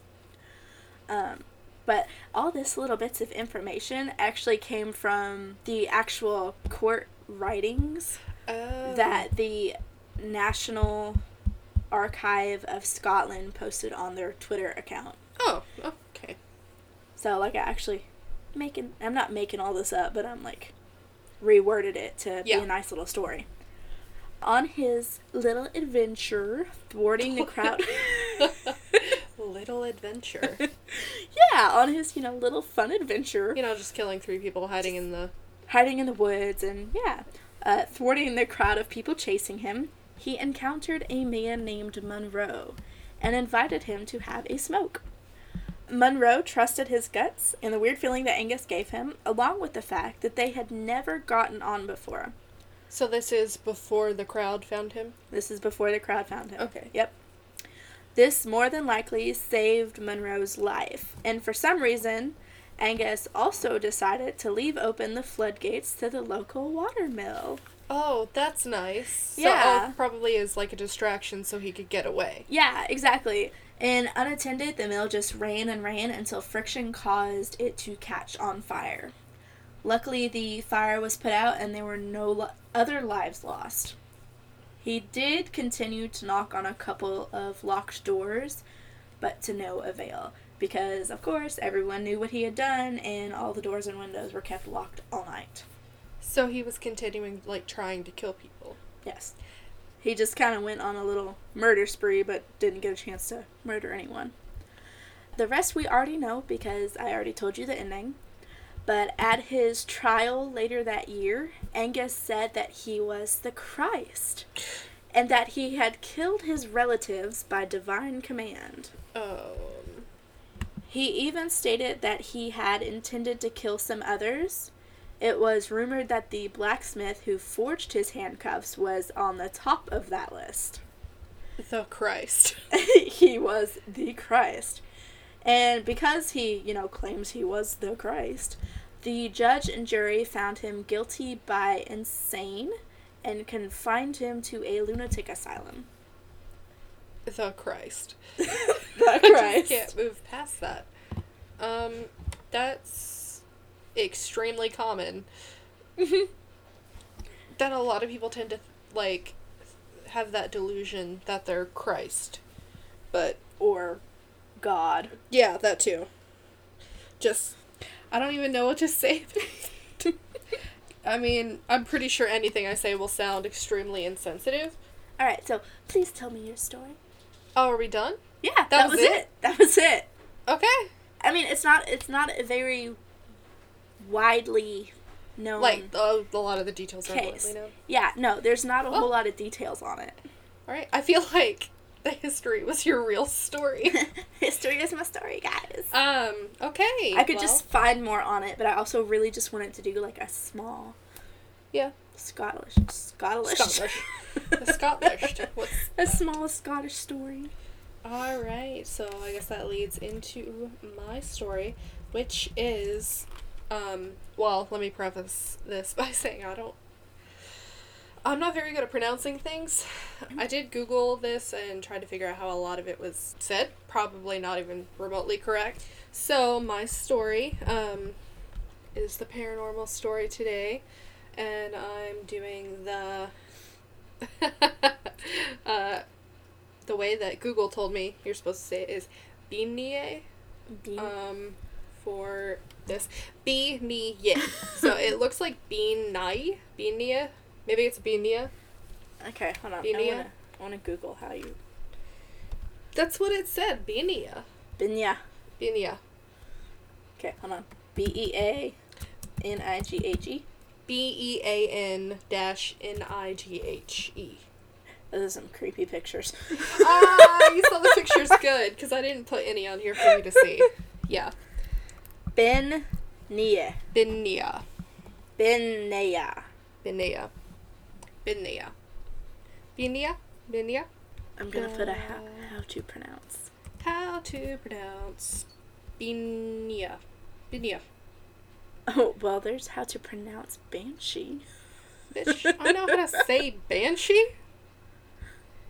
Um, but all this little bits of information actually came from the actual court writings Oh. that the National Archive of Scotland posted on their Twitter account. Oh, okay. So like I actually making I'm not making all this up, but I'm like reworded it to Yeah. be a nice little story. On his little adventure thwarting the crowd <laughs> <laughs> Little adventure. Yeah, on his, you know, little fun adventure You know, just killing three people hiding in the. hiding in the woods and yeah, uh, thwarting the crowd of people chasing him, he encountered a man named Monroe and invited him to have a smoke. Monroe trusted his guts and the weird feeling that Angus gave him, along with the fact that they had never gotten on before. So this is before the crowd found him? This is before the crowd found him. Okay. Yep. This more than likely saved Monroe's life, and for some reason, Angus also decided to leave open the floodgates to the local watermill. Oh, that's nice. So, Yeah. oh, probably is like a distraction so he could get away. Yeah, exactly. And unattended, the mill just ran and ran until friction caused it to catch on fire. Luckily, the fire was put out and there were no lo- other lives lost. He did continue to knock on a couple of locked doors, but to no avail because, of course, everyone knew what he had done and all the doors and windows were kept locked all night. So he was continuing, like, trying to kill people. Yes. He just kind of went on a little murder spree, but didn't get a chance to murder anyone. The rest we already know because I already told you the ending. But at his trial later that year, Angus said that he was the Christ and that he had killed his relatives by divine command. Um. He even stated that he had intended to kill some others. It was rumored that the blacksmith who forged his handcuffs was on the top of that list. <laughs> The Christ. <laughs> he was the Christ. And because he, you know, claims he was the Christ, the judge and jury found him guilty by insane and confined him to a lunatic asylum. The Christ. <laughs> the <laughs> I just Christ. can't move past that. Um, that's extremely <laughs> common. that a lot of people tend to like have that delusion that they're Christ, but Or God. yeah, that too. Just I don't even know what to <laughs> say. about it. I mean, I'm pretty sure anything I say will sound extremely insensitive. All right, so please tell me your story. Oh, are we done? Yeah, that, was, it. That was it. Okay. I mean, it's not it's not a very widely known Like uh, a lot of the details are case. widely known. Yeah, no, there's not a Well- whole lot of details on it. <laughs> All right. I feel <laughs> like the history was your real <laughs> story. History is my story, guys. um. Okay. I could well, just find more on it, but I also really just wanted to do like a small yeah. Scottish Scottish <laughs> Scottish. The Scottish. What's a small Scottish story. all right? So I guess that leads into my story, which is, um. Well, let me preface this <laughs> by saying I don't. I'm not very good at pronouncing things. I did Google this and tried to figure out how a lot of it was said. Probably not even remotely correct. So my story, um, is the paranormal story today, and I'm doing the <laughs> uh, the way that Google told me you're supposed to say it is beanie E. um for this beanie. so it looks like beanie, beanie. Maybe it's beanie. okay, hold on. Binia? I wanna, I wanna Google how you That's what it said, beanie. Binya. Be in the yeah. Okay, hold on. B E A N I G H E. B E A N dash N I G H E. Those are some creepy pictures. <laughs> Ah, you saw the <laughs> pictures good because I didn't put any on here for you to see. Yeah. Ben Nia. Binia. Ben Nia. Binia. Binia. Binia? Binia? I'm gonna put a how, how to pronounce. How to pronounce Binia. Binia. Oh, well, there's how to pronounce Banshee. Bitch, I know how to say banshee.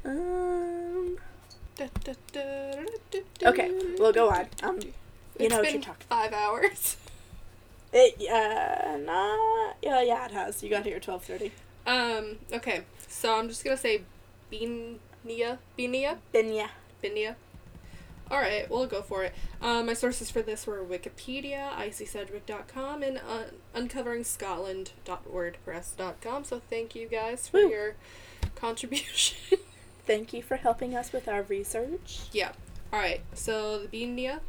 Um, Okay, Okay, we'll go on. Um, you know what been you're talking Five hours. <laughs> it, uh, not, yeah, yeah, it has. You got here at 12.30. Um, okay, so I'm just gonna say Binia. Binia? Ben, yeah. Binia? Alright, we'll go for it. Um, my sources for this were Wikipedia, icysedgwick.com, and uh, uncoveringscotland.wordpress.com. So thank you guys for Woo. your contribution. <laughs> Thank you for helping us with our research. yeah. Alright, so the Binia.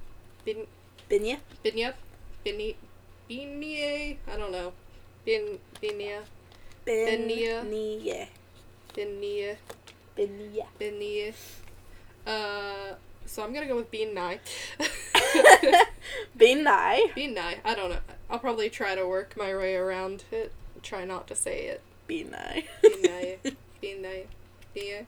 Bin, Binya? Binya? Bini. Binie? I don't know. Bin, Binia. Ben, Benya. Nia. Binia. Binya. Binia. Uh, so I'm gonna go with Bean Nye. <laughs> Ben Nye. Bean Nye. I don't know. I'll probably try to work my way around it. Try not to say it. Ben Nye. Bean <laughs> Nye. Bean Nye. Binia.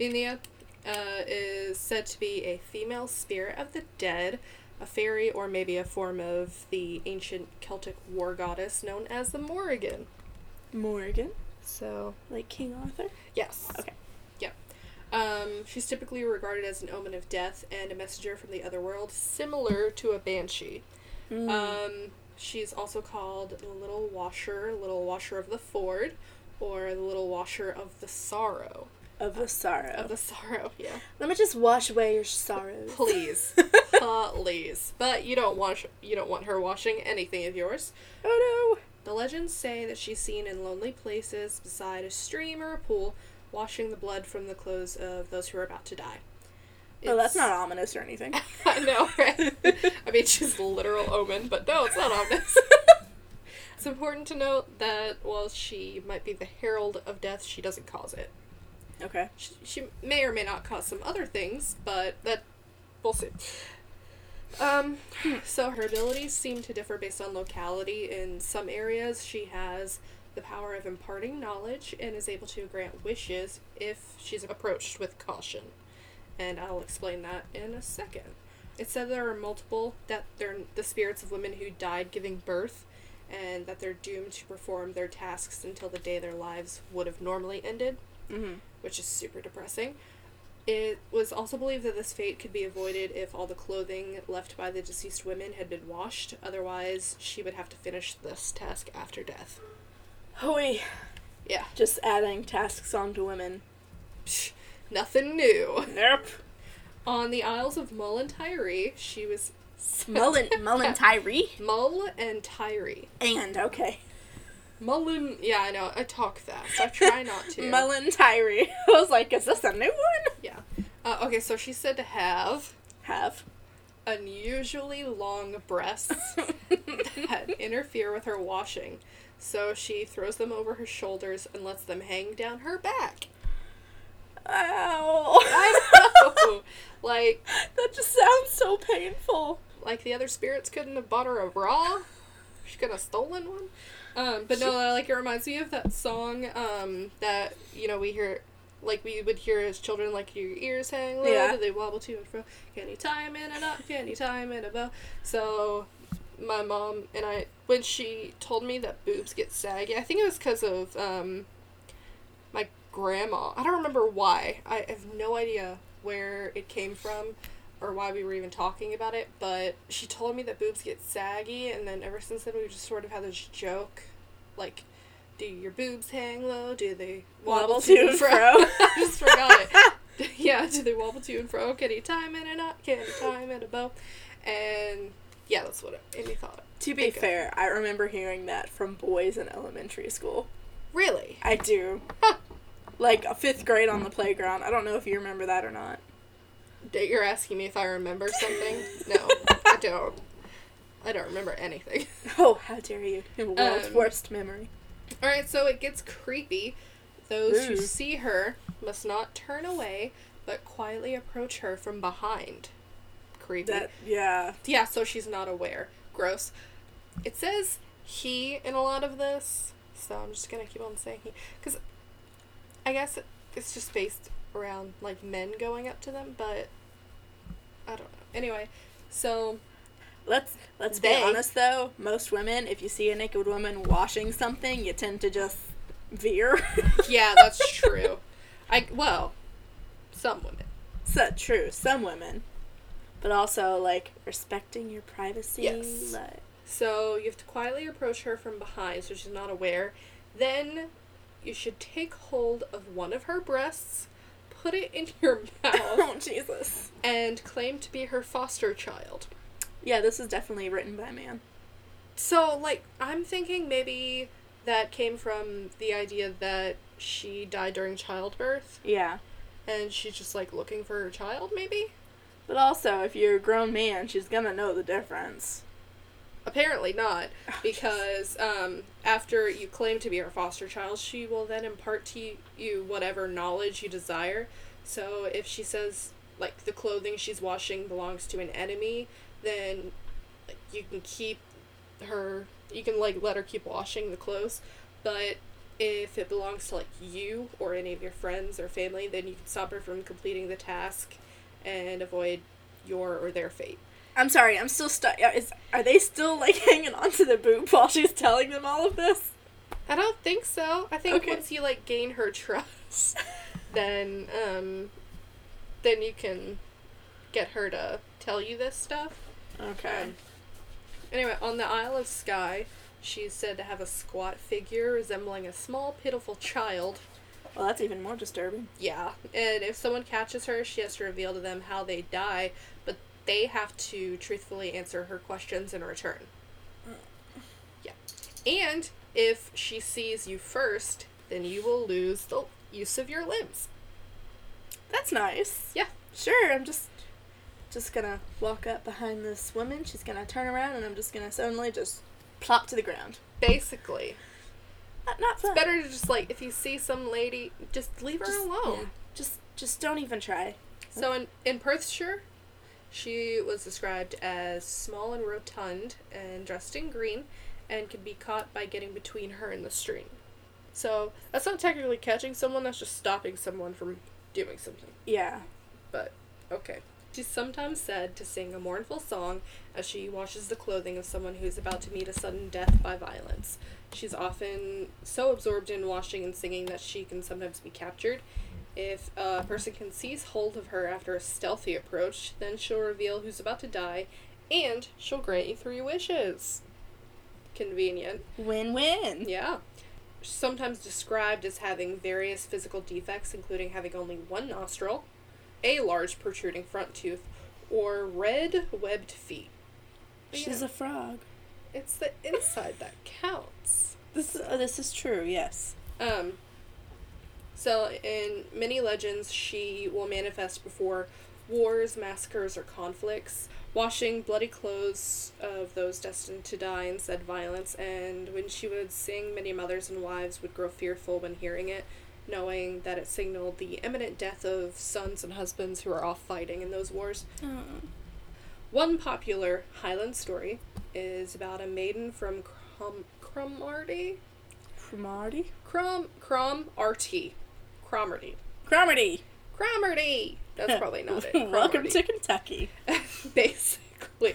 Binia uh, is said to be a female spirit of the dead, a fairy, or maybe a form of the ancient Celtic war goddess known as the Morrigan. Morgan. So, Like King Arthur? yes. Okay. Yep. Um, she's typically regarded as an omen of death and a messenger from the other world, similar to a banshee. Mm. Um, she's also called the Little Washer, Little Washer of the Ford, or the Little Washer of the Sorrow. Of the sorrow. Uh, Of the Sorrow, yeah. Let me just wash away your sorrows. <laughs> Oh, Please, please. But you don't want you don't want her washing anything of yours. oh The legends say that she's seen in lonely places beside a stream or a pool, washing the blood from the clothes of those who are about to die. no. Well, Oh, that's It's- not ominous <laughs> or anything. I know, right? <laughs> I mean, she's a literal omen, but no, it's not ominous. it's important to note that while she might be the herald of death, she doesn't cause it. okay. She, she may or may not cause some other things, but that we'll see. Um, so her abilities seem to differ based on locality. In some areas, she has the power of imparting knowledge and is able to grant wishes if she's approached with caution. And I'll explain that in a second. It said there are multiple that they're the spirits of women who died giving birth and that they're doomed to perform their tasks until the day their lives would have normally ended Mm-hmm. which is super depressing. It was also believed that this fate could be avoided if all the clothing left by the deceased women had been washed, otherwise, she would have to finish this task after death. Hooey. Yeah, Just adding tasks onto women. Psh, nothing new. Nope. On the Isles of Mull and Tyree, she was. <laughs> Mullen, Mullen Tyree. Mull and Tyree. And, okay. Mullen. Yeah, I know. I talk fast. I <laughs> try not to. Mullen Tyree. <laughs> I was like, is this a new one? Yeah. Uh, okay, so she's said to have <laughs> Have. unusually long breasts. that interfere with her washing, so she throws them over her shoulders and lets them hang down her back. Ow. I know, Oh, like, <laughs> that just sounds so painful. like the other spirits couldn't have bought her a bra. She could have stolen one. Um, but no, like it reminds me of that song um, that you know we hear, like we would hear as children, like your ears hang low, Yeah. do they wobble to and fro? Can you tie 'em in a knot? Can you tie 'em in a bow? So my mom and I, when she told me that boobs get saggy, I think it was because of um, my grandma. I don't remember why. I have no idea where it came from or why we were even talking about it, but she told me that boobs get saggy, and then ever since then, we've just sort of had this joke like, do your boobs hang low? Do they Wobble to and fro. <laughs> I just forgot it. <laughs> yeah, do they wobble to and fro? Can he tie 'em in a knot? Can he tie 'em in a bow? And yeah, that's what Amy thought. To be Think of- fair, I remember hearing that from boys in elementary school. <laughs> Really? I do. Huh. like a fifth grade on the playground. I don't know if you remember that or not. <laughs> That you're asking me if I remember something? No, don't. I don't remember anything. <laughs> Oh, how dare you! In world's Um, worst memory. All right, so it gets creepy. Those who Ooh. see her must not turn away, but quietly approach her from behind. Creepy. That yeah. yeah, so she's not aware. Gross. It says he in a lot of this, so I'm just gonna keep on saying he, because I guess it's just based around like men going up to them, but I don't know. Anyway, so Let's let's They- be honest though. Most women, if you see a naked woman washing something, you tend to just veer. <laughs> yeah, that's true. I well, some women. So true. Some women, but also like respecting your privacy. Yes. like- So you have to quietly approach her from behind so she's not aware. Then you should take hold of one of her breasts, put it in your <laughs> mouth, oh <laughs> Jesus. and claim to be her foster child. Yeah, this is definitely written by a man. So, like, I'm thinking maybe that came from the idea that she died during childbirth Yeah. and she's just like looking for her child, maybe? But also, if you're a grown man, she's gonna know the difference. Apparently not, because um, after you claim to be her foster child, she will then impart to you whatever knowledge you desire. So if she says, like, the clothing she's washing belongs to an enemy, then like, you can keep her, you can, like, let her keep washing the clothes. But if it belongs to, like, you or any of your friends or family, then you can stop her from completing the task and avoid your or their fate. I'm sorry, I'm still stuck. Is are they still <laughs> like hanging on to the boob while she's telling them all of this? I don't think so. I think Okay. once you like gain her trust, then um, then you can get her to tell you this stuff. Okay. Um, Anyway, on the Isle of Skye, she's said to have a squat figure resembling a small, pitiful child. Well, that's even more disturbing. Yeah, and if someone catches her, she has to reveal to them how they die, but they have to truthfully answer her questions in return. Yeah. And if she sees you first, then you will lose the use of your limbs. That's nice. Yeah. Sure, I'm just just gonna walk up behind this woman. She's gonna turn around, and I'm just gonna suddenly just plop to the ground. Basically. Not, not fun. Better to just like if you see some lady, just leave her Just- alone. yeah. Just just don't even try. So in, in Perthshire, she was described as small and rotund and dressed in green and could be caught by getting between her and the stream. So that's not technically catching someone, that's just stopping someone from doing something. Yeah. But okay. She's sometimes said to sing a mournful song as she washes the clothing of someone who is about to meet a sudden death by violence. She's often so absorbed in washing and singing that she can sometimes be captured. If a person can seize hold of her after a stealthy approach, then she'll reveal who's about to die and she'll grant you three wishes. Convenient. Win win. Yeah. Sometimes described as having various physical defects, including having only one nostril, a large protruding front tooth, or red webbed feet. But She's yeah, a frog. it's the inside that counts. This uh, this is true. Yes. Um, so, in many legends, she will manifest before wars, massacres, or conflicts, washing bloody clothes of those destined to die in said violence. And when she would sing, many mothers and wives would grow fearful when hearing it, knowing that it signaled the imminent death of sons and husbands who are off fighting in those wars. Mm. One popular Highland story is about a maiden from Crom- Cromarty? Cromarty. Crom Crom RT. Cromarty. Cromarty. Cromarty. <laughs> That's probably <laughs> not it. Welcome Cromarty. to Kentucky. <laughs> basically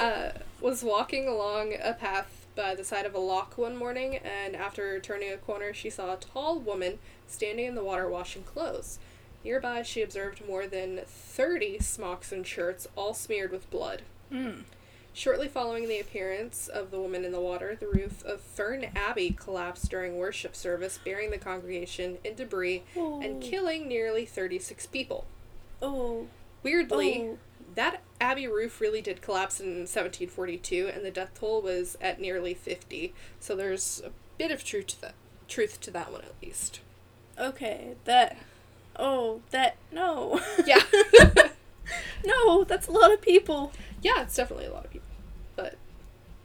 uh, was walking along a path by the side of a lock one morning and after turning a corner she saw a tall woman standing in the water washing clothes. Nearby she observed more than 30 smocks and shirts all smeared with blood. Hmm. Mm. Shortly following the appearance of the woman in the water, the roof of Fern Abbey collapsed during worship service, burying the congregation in debris and killing nearly 36 people. Oh. Weirdly, Oh. that abbey roof really did collapse in 1742 and the death toll was at nearly 50. So there's a bit of truth to that, truth to that one at least. <laughs> Okay. That. Oh. That. No. Yeah. No, that's a lot of people. <laughs> Yeah, it's definitely a lot of people. But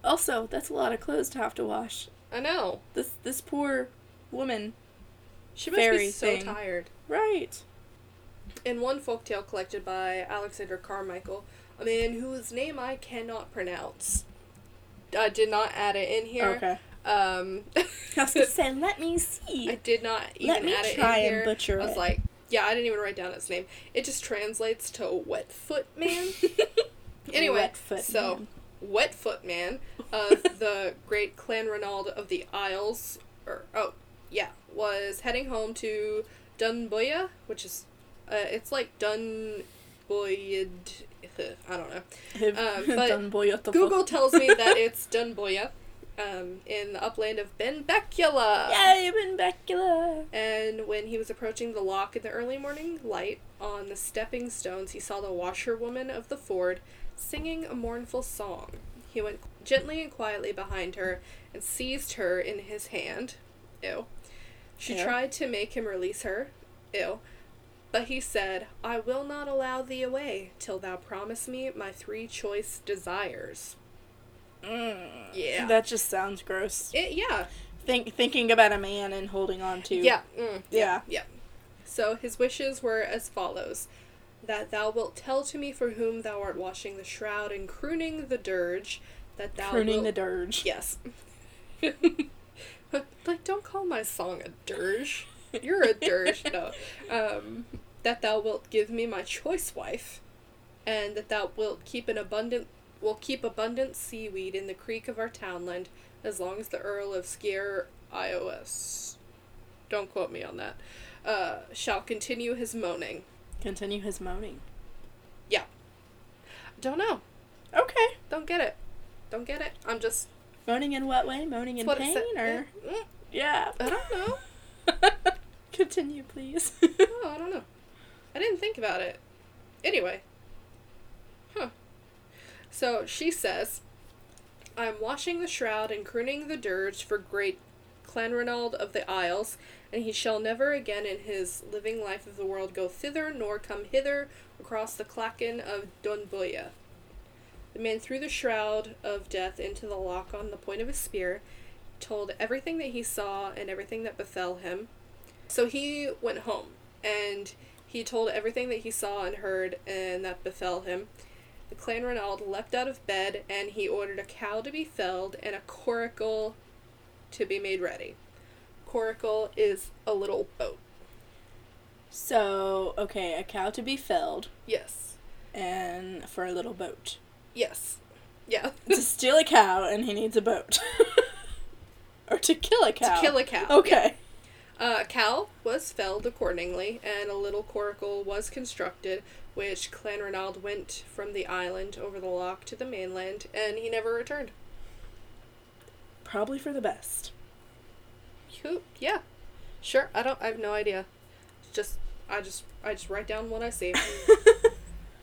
Also, that's a lot of clothes to have to wash. I know. This this poor woman. She must Fairy be so thing. tired. Right. In one folktale collected by Alexander Carmichael, a man whose name I cannot pronounce. I did not add it in here. Okay. Um, <laughs> said, "Let me I see." did not even Let me add it try in and here. butcher I was it. like, yeah, I didn't even write down its name. It just translates to wet foot man. <laughs> <laughs> anyway, Wet foot so man. wet foot man <laughs> of the great clan Ronald of the Isles, or oh yeah, was heading home to Dunboya, which is uh, it's like Dunboyd. <laughs> I don't know. Um, but Google tells <laughs> me <laughs> that it's Dunboya, um, in the upland of Benbecula. Yay, Benbecula. And when he was approaching the lock in the early morning light on the stepping stones, he saw the washerwoman of the ford singing a mournful song. He went gently and quietly behind her and seized her in his hand. Ew. She Ew. tried to make him release her. Ew. But he said, I will not allow thee away till thou promise me my three choice desires. Mm, Yeah. Mm, That just sounds gross. it, yeah. Think thinking about a man and holding on to. Yeah. Mm. Yeah. Yep. So his wishes were as follows that thou wilt tell to me for whom thou art washing the shroud and crooning the dirge, that thou Pruning wilt... the dirge. Yes. <laughs> like, don't call my song a dirge. You're a dirge. no. Um, that thou wilt give me my choice wife, and that thou wilt keep an abundant will keep abundant seaweed in the creek of our townland as long as the Earl of Skier Ios don't quote me on that. Uh, shall continue his moaning. Continue his moaning. Yeah. Don't know. Okay. Don't get it. Don't get it. I'm just Moaning in what way? Moaning in what it pain said. or Mm, yeah. I don't know. <laughs> Continue, please. <laughs> Oh, I don't know. I didn't think about it. Anyway. Huh. So she says, I'm washing the shroud and crooning the dirge for great Clanranald of the Isles, and he shall never again in his living life of the world go thither nor come hither across the clachan of Dunboya. The man threw the shroud of death into the lock on the point of his spear, told everything that he saw and everything that befell him, so he went home and he told everything that he saw and heard and that befell him. The clan Ronald leapt out of bed and he ordered a cow to be felled and a coracle to be made ready. Coracle is a little boat. so, okay, a cow to be felled Yes. and for a little boat. Yes. Yeah. <laughs> to steal a cow and he needs a boat. <laughs> or to kill a cow. kill a cow, Oh. Okay. Uh, a cow was felled accordingly, and a little coracle was constructed, which Clanranald went from the island over the loch to the mainland, and he never returned. Probably for the best. Who? Yeah. Sure. I don't. I have no idea. Just. I just. I just write down what I see. All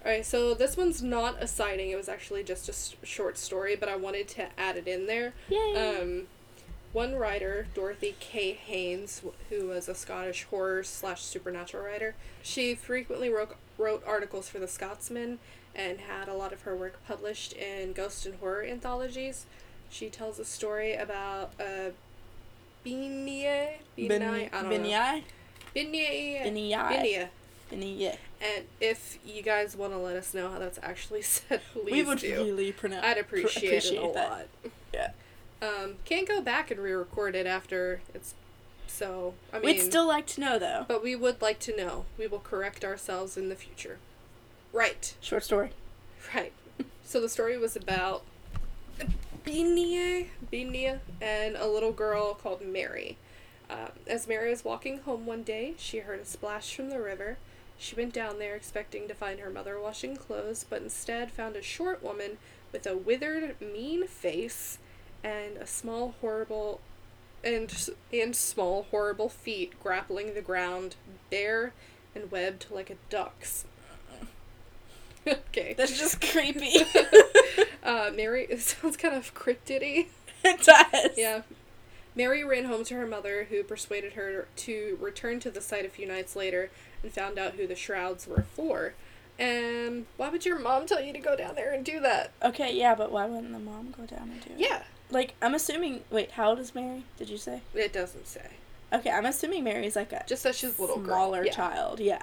right. So this one's not a sighting. It was actually just a s- short story, but I wanted to add it in there. Yay. Um, one writer, Dorothy K. Haynes, wh- who was a Scottish horror slash supernatural writer, she frequently wrote, wrote articles for The Scotsman and had a lot of her work published in ghost and horror anthologies. She tells a story about a Binie, Bin- Binai, I don't know. Binyai? Binie, Binyai. Binie. Binyai. And if you guys want to let us know how that's actually <laughs> said, please We would do. really pronounce I'd appreciate, it a that. lot. Yeah. Um, can't go back and re-record it after it's so. I mean, We'd still like to know though. but we would like to know. We will correct ourselves in the future. Right, Short story. right. so the story was about Binia, Binia, and a little girl called Mary. Um, as Mary was walking home one day, she heard a splash from the river. She went down there expecting to find her mother washing clothes, but instead found a short woman with a withered, mean face and a small, horrible, and and small, horrible feet grappling the ground, bare and webbed like a duck's. <laughs> okay. That's <laughs> just creepy. Uh, Mary, <laughs> it sounds kind of cryptidy. it does. Yeah. Mary ran home to her mother, who persuaded her to return to the site a few nights later and found out who the shrouds were for. And why would your mom tell you to go down there and do that? Okay, yeah, but why wouldn't the mom go down and do it? Yeah. Like, I'm assuming. Wait, how old is Mary? Did you say? It doesn't say. Okay, I'm assuming Mary's like a Just that she's a little girl. smaller Yeah. child. Yeah.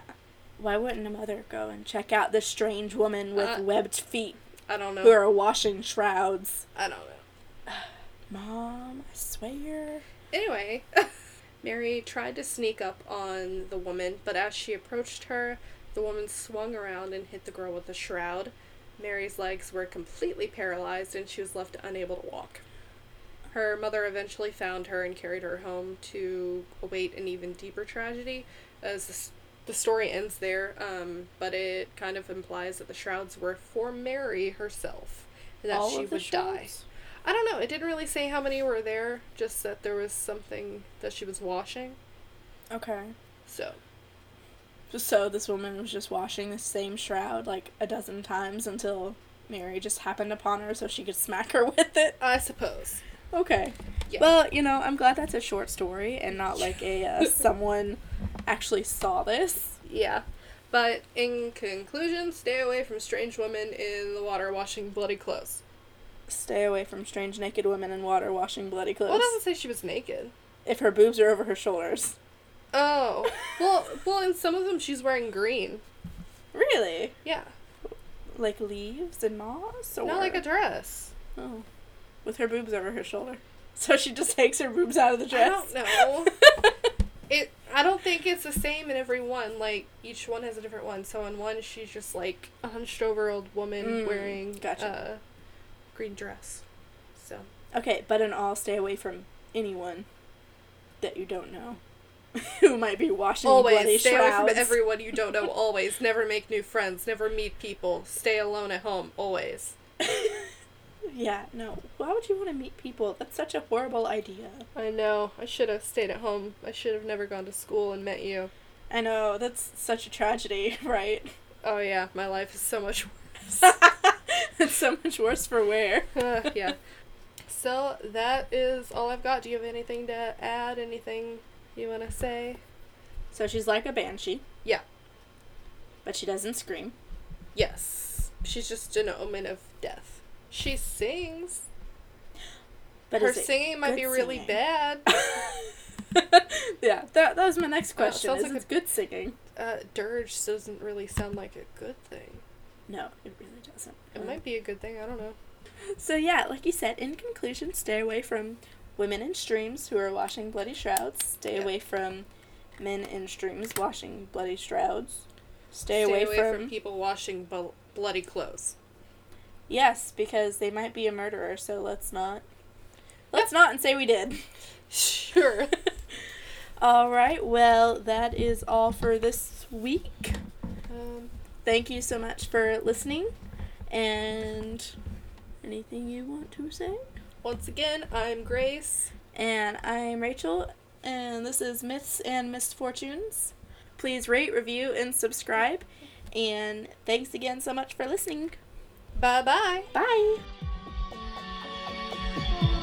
Why wouldn't a mother go and check out this strange woman with Uh, webbed feet I don't know. who are washing shrouds? I don't know. Mom, I swear. Anyway, <laughs> Mary tried to sneak up on the woman, but as she approached her, the woman swung around and hit the girl with a shroud. Mary's legs were completely paralyzed and she was left unable to walk. Her mother eventually found her and carried her home to await an even deeper tragedy, as this, the story ends there, um, but it kind of implies that the shrouds were for Mary herself, and that All she of the would die. shrouds? I don't know. It didn't really say how many were there, just that there was something that she was washing. Okay. So, So this woman was just washing the same shroud like a dozen times until Mary just happened upon her so she could smack her <laughs> with it. I suppose. Okay. Yeah. Well, you know, I'm glad that's a short story and not like a <laughs> uh, someone actually saw this. Yeah. But in conclusion, stay away from strange women in the water washing bloody clothes. Stay away from strange naked women in water washing bloody clothes. Well, it doesn't say she was naked. if her boobs are over her shoulders. <laughs> Oh. Well, well, in some of them she's wearing green. Really? Yeah. Like leaves and moss or Not like a dress. Oh. With her boobs over her shoulder. <laughs> So she just takes her boobs out of the I dress. don't <laughs> know. It. I don't think it's the same in every one. Like each one has a different one. So in one, she's just like a hunched over old woman Mm, wearing gotcha. a green dress. So Okay, but in all, stay away from anyone that you don't know <laughs> who might be washing bloody always stay shrouds. away from everyone you don't <laughs> know. Always never make new friends. Never meet people. Stay alone at home. Always. yeah, no. Why would you want to meet people? That's such a horrible idea. I know. I should have stayed at home. I should have never gone to school and met you. I know that's such a tragedy, <laughs> right? Oh yeah, my life is so much it's so much worse for wear. Uh, <laughs> yeah. So that is all I've got. Do you have anything to add? Anything you want to say? So she's like a banshee. Yeah. But she doesn't scream. Yes. She's just an omen of death. She sings. But Her is it singing might good be really singing? bad. yeah, that, that was my next Oh, it question. sounds is like it good singing? Uh, dirge doesn't really sound like a good thing. No, it really doesn't. Um, It might be a good thing. I don't know. So yeah, like you said, in conclusion, stay away from women in streams who are washing bloody shrouds. Stay Yeah. away from men in streams washing bloody shrouds. Stay, away, from, people washing bl- bloody <laughs> clothes. yes, because they might be a murderer. So let's not, let's not and say we did. Sure. All right. Well, that is all for this week. um, Thank you so much for listening, and anything you want to say. once again, I'm Grace. And I'm Rachel, and this is Myths and Misfortunes. Please rate, review, and subscribe. And thanks again so much for listening. Bye bye. Bye! Thank you.